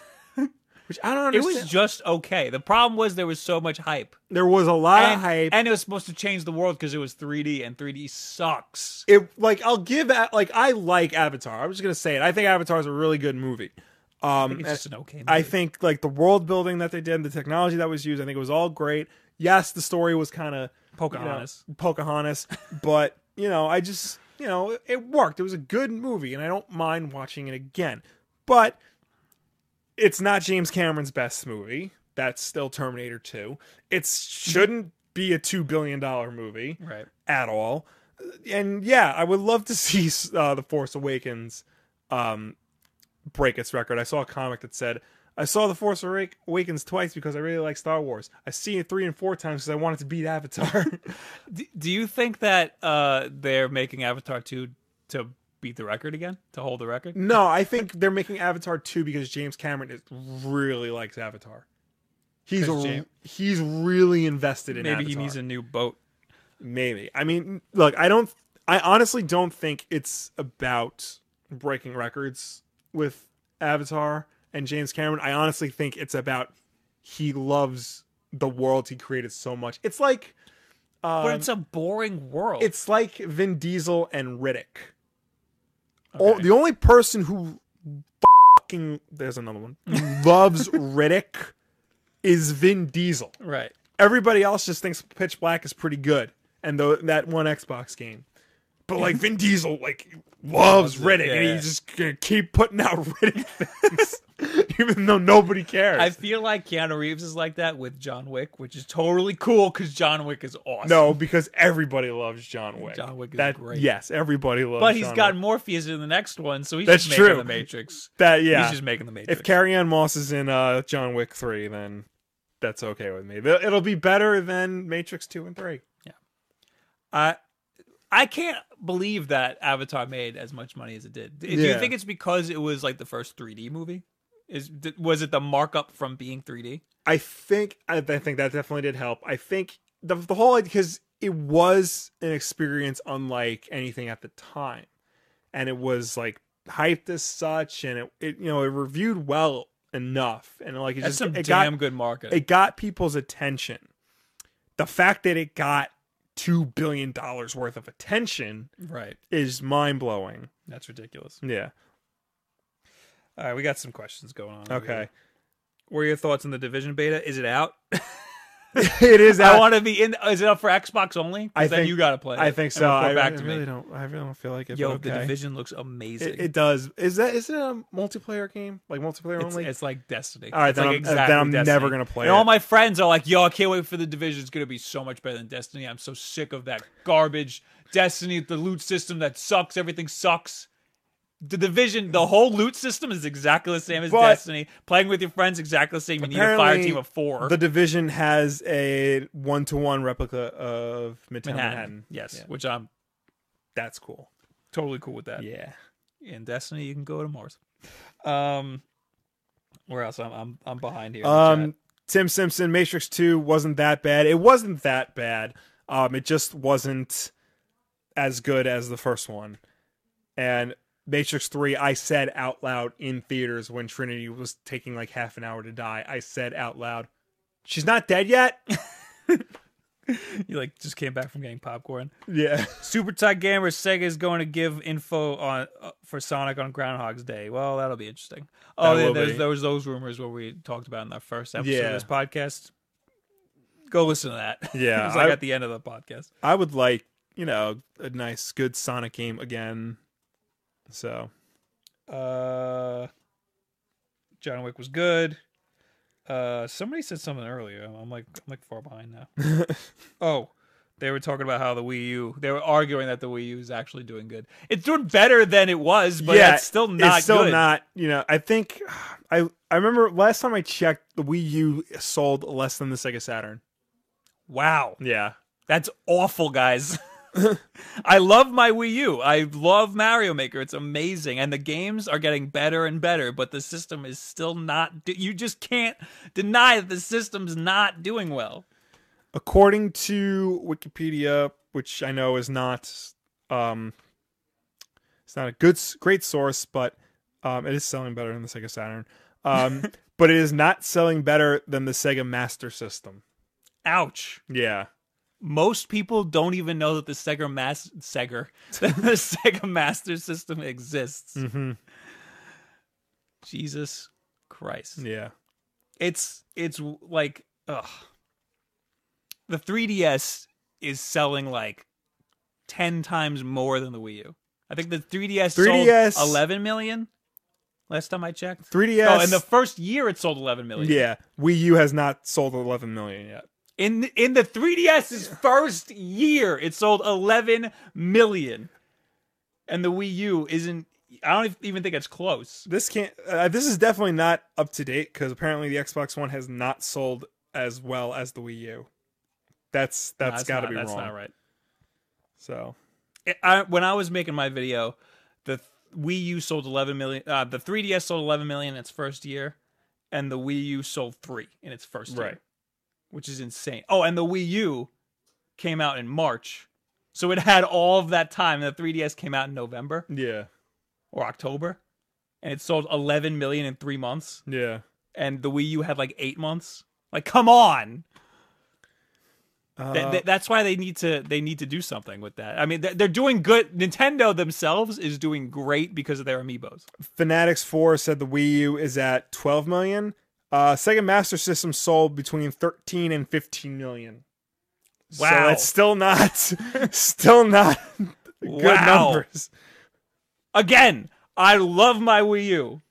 [SPEAKER 2] which i don't
[SPEAKER 1] it was
[SPEAKER 2] understand
[SPEAKER 1] just okay. The problem was there was so much hype,
[SPEAKER 2] there was a lot
[SPEAKER 1] and,
[SPEAKER 2] of hype
[SPEAKER 1] and it was supposed to change the world because it was 3D, and 3D sucks.
[SPEAKER 2] it like i'll give a- like i like avatar i'm just gonna say it i think avatar is a really good movie um
[SPEAKER 1] It's just an okay. Movie.
[SPEAKER 2] I think like the world building that they did, the technology that was used, I think it was all great. Yes, the story was kind of
[SPEAKER 1] Pocahontas.
[SPEAKER 2] you know, Pocahontas, but you know, I just you know it, it worked. It was a good movie, and I don't mind watching it again. But it's not James Cameron's best movie. That's still Terminator Two. It shouldn't be a two billion dollar movie
[SPEAKER 1] right.
[SPEAKER 2] at all. And yeah, I would love to see uh, the Force Awakens um, break its record. I saw a comic that said, "I saw the Force Awak- Awakens twice because I really like Star Wars. I see it three and four times because I wanted to beat Avatar."
[SPEAKER 1] D- do you think that uh, they're making Avatar 2 to beat the record again? To hold the record?
[SPEAKER 2] no, I think they're making Avatar two because James Cameron is, really likes Avatar. He's a,
[SPEAKER 1] 'Cause Jam-
[SPEAKER 2] he's really invested in.
[SPEAKER 1] Maybe he
[SPEAKER 2] Avatar.
[SPEAKER 1] needs a new boat.
[SPEAKER 2] Maybe. I mean, look, I don't. I honestly don't think it's about breaking records with Avatar and James Cameron. I honestly think it's about he loves the world he created so much. It's like, um,
[SPEAKER 1] but it's a boring world.
[SPEAKER 2] it's like Vin Diesel and Riddick.
[SPEAKER 1] Okay.
[SPEAKER 2] O- the only person who fucking there's another one loves Riddick is Vin Diesel.
[SPEAKER 1] right.
[SPEAKER 2] everybody else just thinks Pitch Black is pretty good, and tho- that one Xbox game. But like Vin Diesel, like loves
[SPEAKER 1] Loves it,
[SPEAKER 2] Riddick, and
[SPEAKER 1] yeah.
[SPEAKER 2] he's just gonna keep putting out Riddick things, even though nobody cares.
[SPEAKER 1] I feel like Keanu Reeves is like that with John Wick, which is totally cool because John Wick is awesome.
[SPEAKER 2] no, because everybody loves John Wick.
[SPEAKER 1] John Wick is
[SPEAKER 2] that,
[SPEAKER 1] great.
[SPEAKER 2] Yes, everybody loves.
[SPEAKER 1] But he's
[SPEAKER 2] John
[SPEAKER 1] got
[SPEAKER 2] Wick.
[SPEAKER 1] Morpheus in the next one, so he's
[SPEAKER 2] That's
[SPEAKER 1] just making
[SPEAKER 2] true.
[SPEAKER 1] the Matrix.
[SPEAKER 2] that. Yeah,
[SPEAKER 1] He's just making the Matrix.
[SPEAKER 2] if Carrie Ann Moss is in uh, John Wick three, then that's okay with me. It'll it'll be better than Matrix two and three.
[SPEAKER 1] I I can't believe that Avatar made as much money as it did. Do you
[SPEAKER 2] Yeah.
[SPEAKER 1] think it's because it was like the first 3D movie? Is d- was it the markup from being 3D?
[SPEAKER 2] I think I, I think that definitely did help. I think the the whole because it was an experience unlike anything at the time, and it was like hyped as such, and it, it you know it reviewed well enough, and like it
[SPEAKER 1] That's
[SPEAKER 2] just
[SPEAKER 1] some
[SPEAKER 2] it
[SPEAKER 1] damn
[SPEAKER 2] got
[SPEAKER 1] good marketing.
[SPEAKER 2] it got people's attention. The fact that it got two billion dollars worth of attention
[SPEAKER 1] right.
[SPEAKER 2] is mind blowing.
[SPEAKER 1] That's ridiculous.
[SPEAKER 2] Yeah.
[SPEAKER 1] All right, we got some questions going on. over
[SPEAKER 2] Okay.
[SPEAKER 1] here. What are your thoughts on the Division beta? Is it out?
[SPEAKER 2] it is
[SPEAKER 1] I
[SPEAKER 2] that.
[SPEAKER 1] want to be in. Is it up for Xbox only? 'Cause
[SPEAKER 2] I
[SPEAKER 1] then
[SPEAKER 2] think-
[SPEAKER 1] you got to play.
[SPEAKER 2] I
[SPEAKER 1] it
[SPEAKER 2] think
[SPEAKER 1] and
[SPEAKER 2] so.
[SPEAKER 1] report
[SPEAKER 2] I,
[SPEAKER 1] back
[SPEAKER 2] I
[SPEAKER 1] to
[SPEAKER 2] really
[SPEAKER 1] me.
[SPEAKER 2] don't. I really don't feel like it.
[SPEAKER 1] Yo,
[SPEAKER 2] but
[SPEAKER 1] the
[SPEAKER 2] okay.
[SPEAKER 1] division looks amazing.
[SPEAKER 2] It, it does. Is that is it a multiplayer game? Like multiplayer
[SPEAKER 1] it's,
[SPEAKER 2] only?
[SPEAKER 1] it's like Destiny.
[SPEAKER 2] All right,
[SPEAKER 1] It's
[SPEAKER 2] then
[SPEAKER 1] like
[SPEAKER 2] I'm-
[SPEAKER 1] exactly
[SPEAKER 2] then I'm
[SPEAKER 1] Destiny.
[SPEAKER 2] never gonna play
[SPEAKER 1] And all
[SPEAKER 2] it.
[SPEAKER 1] my friends are like, "Yo, I can't wait for the division. It's gonna be so much better than Destiny. I'm so sick of that garbage Destiny, the loot system that sucks. Everything sucks." The division, the whole loot system is exactly the same as
[SPEAKER 2] But-
[SPEAKER 1] Destiny. Playing with your friends, exactly the same. You need a fire
[SPEAKER 2] Apparently,
[SPEAKER 1] team of four.
[SPEAKER 2] the division has a one to one replica of Midtown
[SPEAKER 1] Manhattan,
[SPEAKER 2] Manhattan.
[SPEAKER 1] yes,
[SPEAKER 2] Yeah.
[SPEAKER 1] which I'm
[SPEAKER 2] That's cool.
[SPEAKER 1] totally cool with that.
[SPEAKER 2] Yeah.
[SPEAKER 1] In Destiny, you can go to Mars. Um, where else? I'm I'm, I'm behind here. in the chat.
[SPEAKER 2] Um, Tim Simpson, Matrix Two wasn't that bad. It wasn't that bad. Um, it just wasn't as good as the first one. And Matrix Three, I said out loud in theaters when Trinity was taking like half an hour to die. I said out loud, "She's not dead yet."
[SPEAKER 1] you like just came back from getting popcorn.
[SPEAKER 2] yeah.
[SPEAKER 1] Super Tight Gamer Sega is going to give info on uh, for Sonic on Groundhog's Day. Well, that'll be interesting. Oh,
[SPEAKER 2] That
[SPEAKER 1] yeah,
[SPEAKER 2] will
[SPEAKER 1] there's,
[SPEAKER 2] be.
[SPEAKER 1] there was those rumors where we talked about in the first episode
[SPEAKER 2] Yeah.
[SPEAKER 1] of this podcast. Go listen to that.
[SPEAKER 2] Yeah,
[SPEAKER 1] it was like
[SPEAKER 2] I-
[SPEAKER 1] at the end of the podcast.
[SPEAKER 2] I would like, you know, a nice, good Sonic game again. So
[SPEAKER 1] Uh, John Wick was good. Uh, somebody said something earlier. I'm- I'm like I'm like far behind now. oh, they were talking about how the Wii U. They were arguing that the Wii U is actually doing good. It's doing better than it was, but
[SPEAKER 2] yeah,
[SPEAKER 1] it's still not
[SPEAKER 2] It's still
[SPEAKER 1] good.
[SPEAKER 2] not. You know, I think I I remember last time I checked, the Wii U sold less than the Sega Saturn.
[SPEAKER 1] wow.
[SPEAKER 2] Yeah,
[SPEAKER 1] That's awful, guys. I love my Wii U. I love Mario Maker. It's amazing. And the games are getting better and better, but the system is still not. You just can't deny that the system's not doing well.
[SPEAKER 2] according to Wikipedia, which I know is not, um, it's not a good, s- great source, but um, it is selling better than the Sega Saturn. Um, but it is not selling better than the Sega Master System.
[SPEAKER 1] Ouch.
[SPEAKER 2] Yeah.
[SPEAKER 1] Most people don't even know that the Sega Mas- Sega, that the Sega Master System exists.
[SPEAKER 2] Mm-hmm.
[SPEAKER 1] Jesus Christ.
[SPEAKER 2] Yeah.
[SPEAKER 1] it's it's like ugh. the 3ds is selling like 10 times more than the wii u i think the 3ds,
[SPEAKER 2] 3DS
[SPEAKER 1] sold 11 million last time i checked
[SPEAKER 2] 3DS.
[SPEAKER 1] oh in the first year it sold 11 million
[SPEAKER 2] Yeah, Wii U has not sold 11 million yet.
[SPEAKER 1] in in the 3ds's first year it sold 11 million and the wii u isn't i don't e-, even think it's close
[SPEAKER 2] This can't. Uh, this is definitely not up to date because apparently the Xbox One has not sold as well as the Wii U. That's
[SPEAKER 1] No,
[SPEAKER 2] that's got to
[SPEAKER 1] not-
[SPEAKER 2] be
[SPEAKER 1] that's
[SPEAKER 2] wrong.
[SPEAKER 1] not right
[SPEAKER 2] So
[SPEAKER 1] it- I, when I was making my video, the th- Wii U sold 11 million. Uh, the 3DS sold 11 million in its first year, and the Wii U sold three in its first
[SPEAKER 2] Right.
[SPEAKER 1] year, which is insane. Oh, and the Wii U came out in March, so it had all of that time. And the 3DS came out in November
[SPEAKER 2] yeah,
[SPEAKER 1] or October, and it sold 11 million in three months,
[SPEAKER 2] yeah.
[SPEAKER 1] and the Wii U had like eight months. Like, come on!
[SPEAKER 2] Uh,
[SPEAKER 1] Th- th- that's why they need to they need to do something with that. I mean, th- they're doing good. Nintendo themselves is doing great because of their amiibos.
[SPEAKER 2] Fanatics Four said the Wii U is at 12 million. Uh, Sega Master System sold between 13 and 15 million.
[SPEAKER 1] Wow.
[SPEAKER 2] so that's still not, still not good
[SPEAKER 1] Wow.
[SPEAKER 2] numbers.
[SPEAKER 1] Again, I love my Wii U.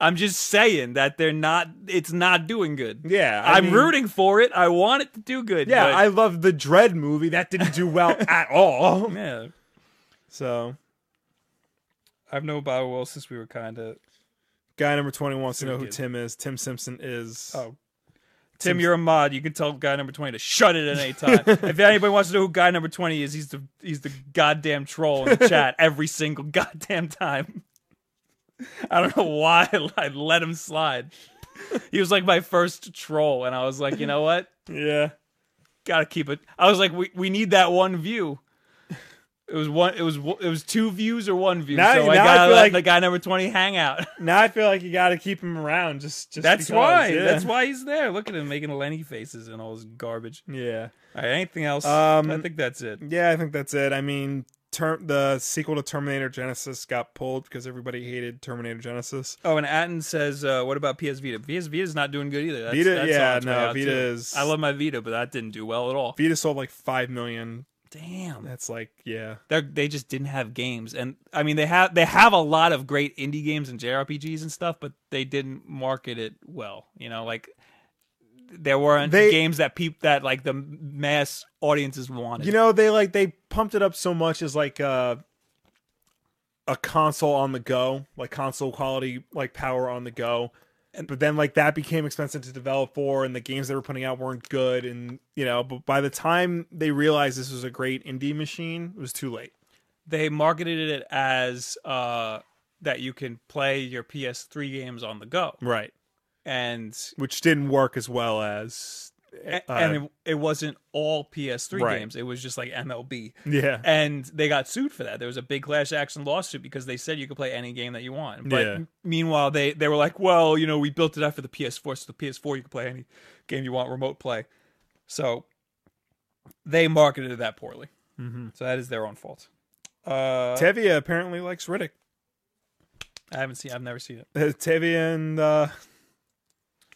[SPEAKER 1] I'm just saying that they're not. It's not doing good.
[SPEAKER 2] Yeah, I
[SPEAKER 1] I am
[SPEAKER 2] mean-
[SPEAKER 1] rooting for it. I want it to do good.
[SPEAKER 2] Yeah,
[SPEAKER 1] but-
[SPEAKER 2] I love the Dread movie. That didn't do well at all.
[SPEAKER 1] yeah.
[SPEAKER 2] So,
[SPEAKER 1] I've known Bob Will since we were kind of.
[SPEAKER 2] guy number 20 wants to know who
[SPEAKER 1] Good.
[SPEAKER 2] Tim is. Tim Simpson is.
[SPEAKER 1] Oh. Tim, you're a mod. You can tell guy number twenty to shut it at any time. if anybody wants to know who guy number twenty is, he's the he's the goddamn troll in the chat every single goddamn time. I don't know why I let him slide. He was like my first troll, and I was like, you know what?
[SPEAKER 2] Yeah.
[SPEAKER 1] Gotta keep it. I was like, we, we need that one view. It was one. It was it was two views or one view.
[SPEAKER 2] Now-
[SPEAKER 1] so I
[SPEAKER 2] now I
[SPEAKER 1] gotta
[SPEAKER 2] feel
[SPEAKER 1] let
[SPEAKER 2] like-
[SPEAKER 1] the guy number twenty hang out.
[SPEAKER 2] Now I feel like you got to keep him around just just
[SPEAKER 1] That's
[SPEAKER 2] because,
[SPEAKER 1] why.
[SPEAKER 2] yeah.
[SPEAKER 1] That's why he's there. Look at him making Lenny faces and all his garbage.
[SPEAKER 2] Yeah.
[SPEAKER 1] All right, anything else?
[SPEAKER 2] Um,
[SPEAKER 1] I think that's it.
[SPEAKER 2] Yeah, I think that's it. I mean, term the sequel to Terminator Genesis got pulled because everybody hated Terminator Genesis.
[SPEAKER 1] Oh, and Atten says, uh, "What about PS Vita? PS Vita's not doing good either. That's,
[SPEAKER 2] Vita-
[SPEAKER 1] that's
[SPEAKER 2] yeah,
[SPEAKER 1] on its way
[SPEAKER 2] no,
[SPEAKER 1] out,
[SPEAKER 2] Vita
[SPEAKER 1] too.
[SPEAKER 2] is-
[SPEAKER 1] I love my Vita, but that dita didn't do well at all.
[SPEAKER 2] Vita sold like five million.
[SPEAKER 1] Damn,
[SPEAKER 2] That's like yeah.
[SPEAKER 1] they they just didn't have games, and I mean they have they have a lot of great indie games and JRPGs and stuff, but they didn't market it well. You know, like there weren't
[SPEAKER 2] They-
[SPEAKER 1] games that peep that like the mass audiences wanted.
[SPEAKER 2] You know they like they pumped it up so much as like uh, a console on the go, like console quality, like power on the go. but then like that became expensive to develop for, and the games they were putting out weren't good, and you know. But by the time they realized this was a great indie machine, it was too late.
[SPEAKER 1] they marketed it as uh, that you can play your PS3 games on the go,
[SPEAKER 2] Right.
[SPEAKER 1] and
[SPEAKER 2] Which didn't work as well as.
[SPEAKER 1] and,
[SPEAKER 2] uh,
[SPEAKER 1] and it, it wasn't all PS3
[SPEAKER 2] Right.
[SPEAKER 1] games; it was just like MLB,
[SPEAKER 2] yeah.
[SPEAKER 1] and uh, they got sued for that. There was a big class action lawsuit because they said you could play any game that you want. But
[SPEAKER 2] Yeah.
[SPEAKER 1] m- meanwhile, they they were like, "Well, you know, we built it up for the PS4, so the PS4 you can play any game you want, remote play." So they marketed it that poorly.
[SPEAKER 2] Mhm.
[SPEAKER 1] So that is their own fault. Uh,
[SPEAKER 2] Tevia apparently likes Riddick.
[SPEAKER 1] I haven't seen. I've never seen it.
[SPEAKER 2] Uh, Tevia and uh,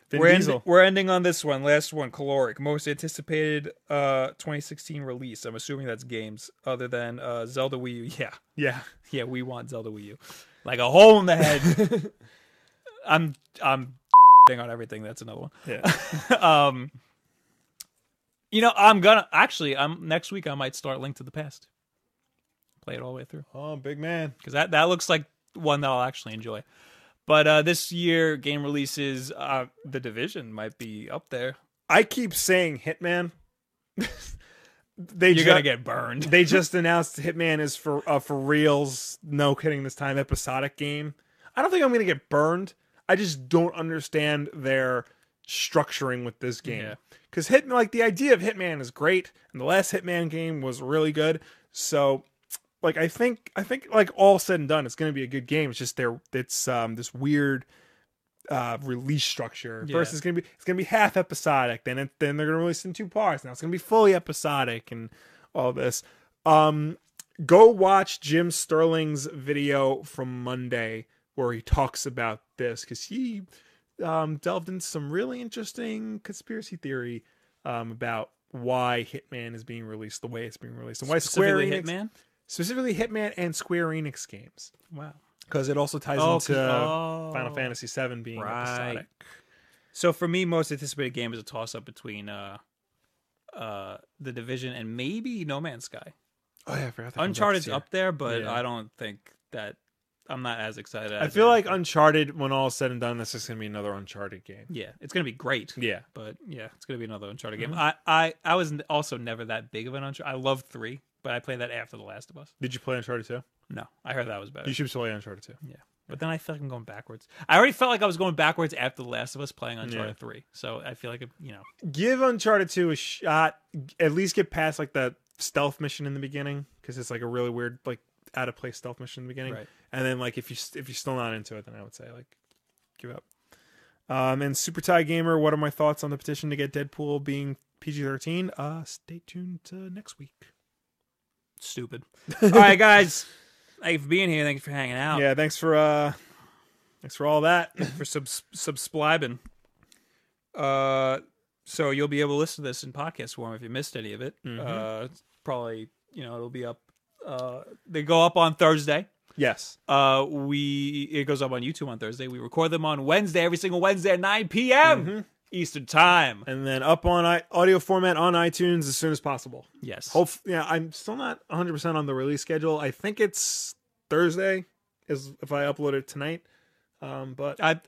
[SPEAKER 2] Vin
[SPEAKER 1] we're, end-
[SPEAKER 2] Diesel.
[SPEAKER 1] we're ending on this one. Last one, caloric. Most anticipated uh 2016 release. I'm assuming that's games other than uh Zelda Wii U. Yeah.
[SPEAKER 2] yeah.
[SPEAKER 1] Yeah, we want Zelda Wii U. Like a hole in the head. I'm I'm on everything. That's another one.
[SPEAKER 2] Yeah.
[SPEAKER 1] Um You know, I'm gonna actually I'm next week I might start Link to the Past. Play it all the way through
[SPEAKER 2] oh, big man.
[SPEAKER 1] because that that looks like one that I'll actually enjoy. But uh, this year, game releases, uh, The Division might be up there.
[SPEAKER 2] I keep saying Hitman. they
[SPEAKER 1] You're
[SPEAKER 2] ju-
[SPEAKER 1] gonna get burned.
[SPEAKER 2] they just announced Hitman is for uh, for reals. No kidding. This time, episodic game. I don't think I'm gonna get burned. I just don't understand their structuring with this
[SPEAKER 1] Yeah.
[SPEAKER 2] game. Because Hitman, like the idea of Hitman, is great, and the last Hitman game was really good. So, like, I think I think like all said and done, it's gonna be a good game. It's just their it's um this weird uh release structure
[SPEAKER 1] Yeah.
[SPEAKER 2] versus it's gonna be it's gonna be half episodic then it, then they're gonna release it in two parts now it's gonna be fully episodic and all this um go watch jim sterling's video from monday where he talks about this because he um delved into some really interesting conspiracy theory um about why hitman is being released the way it's being released and why square
[SPEAKER 1] Specifically
[SPEAKER 2] enix
[SPEAKER 1] Hitman.
[SPEAKER 2] specifically hitman and square enix games
[SPEAKER 1] Wow.
[SPEAKER 2] because it also ties
[SPEAKER 1] Oh, 'cause-
[SPEAKER 2] into
[SPEAKER 1] oh.
[SPEAKER 2] uh, final fantasy 7 being
[SPEAKER 1] Right.
[SPEAKER 2] episodic
[SPEAKER 1] So for me, most anticipated game is a toss up between uh, uh, The Division and maybe No Man's Sky.
[SPEAKER 2] Oh yeah, I forgot. that
[SPEAKER 1] Uncharted's
[SPEAKER 2] comes out
[SPEAKER 1] up there, but
[SPEAKER 2] Yeah.
[SPEAKER 1] I don't think that I'm not as excited.
[SPEAKER 2] this year. I
[SPEAKER 1] as
[SPEAKER 2] feel like Uncharted, when all is said and done, this is gonna be another Uncharted game.
[SPEAKER 1] yeah, it's gonna be great.
[SPEAKER 2] Yeah,
[SPEAKER 1] But yeah, it's gonna be another Uncharted
[SPEAKER 2] Mm-hmm.
[SPEAKER 1] game. I, I I was n- also never that big of an Uncharted. I love three, but I played that after The Last of Us.
[SPEAKER 2] did you play Uncharted two?
[SPEAKER 1] No, I heard that was better.
[SPEAKER 2] You should play Uncharted two.
[SPEAKER 1] Yeah. But then I feel like I'm going backwards. I already felt like I was going backwards after The Last of Us playing Uncharted
[SPEAKER 2] Yeah.
[SPEAKER 1] 3. So I feel like, it- you know,
[SPEAKER 2] Give Uncharted two a shot. At least get past like that stealth mission in the beginning because it's like a really weird, like out of place stealth mission in the beginning.
[SPEAKER 1] Right.
[SPEAKER 2] And then like if you if you're still not into it, then I would say like give up. Um, and Super Tie Gamer, what are my thoughts on the petition to get Deadpool being PG thirteen? Uh, stay tuned to next week.
[SPEAKER 1] stupid. All right, guys. Thank you for being here. Thank you for hanging out.
[SPEAKER 2] Yeah, thanks for uh, thanks for all that.
[SPEAKER 1] For subs- subscribing. Uh, so you'll be able to listen to this in podcast form if you missed any of it. Uh, it's probably, you know, it'll be up. Uh, they go up on Thursday.
[SPEAKER 2] Yes.
[SPEAKER 1] Uh, we it goes up on YouTube on Thursday. We record them on Wednesday, every single Wednesday at 9 p.m. Eastern time.
[SPEAKER 2] And then up on I- audio format on iTunes as soon as possible.
[SPEAKER 1] Yes.
[SPEAKER 2] Hope yeah, I'm still not 100% on the release schedule. I think it's Thursday is if I upload it tonight. Um but
[SPEAKER 1] I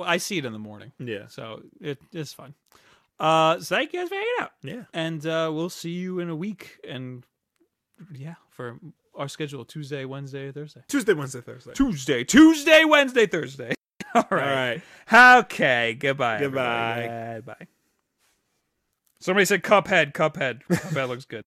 [SPEAKER 1] I see it in the morning,
[SPEAKER 2] yeah.
[SPEAKER 1] so it is fun. Uh, so thank you guys for hanging out,
[SPEAKER 2] Yeah.
[SPEAKER 1] and uh, we'll see you in a week. And yeah, for our schedule Tuesday, Wednesday, Thursday.
[SPEAKER 2] Tuesday, Wednesday, Thursday.
[SPEAKER 1] Tuesday, Tuesday, Wednesday, Thursday. All
[SPEAKER 2] All
[SPEAKER 1] right.
[SPEAKER 2] right.
[SPEAKER 1] Okay. Goodbye. everybody.
[SPEAKER 2] Goodbye.
[SPEAKER 1] Goodbye. Somebody said Cuphead. Cuphead. Cuphead looks good.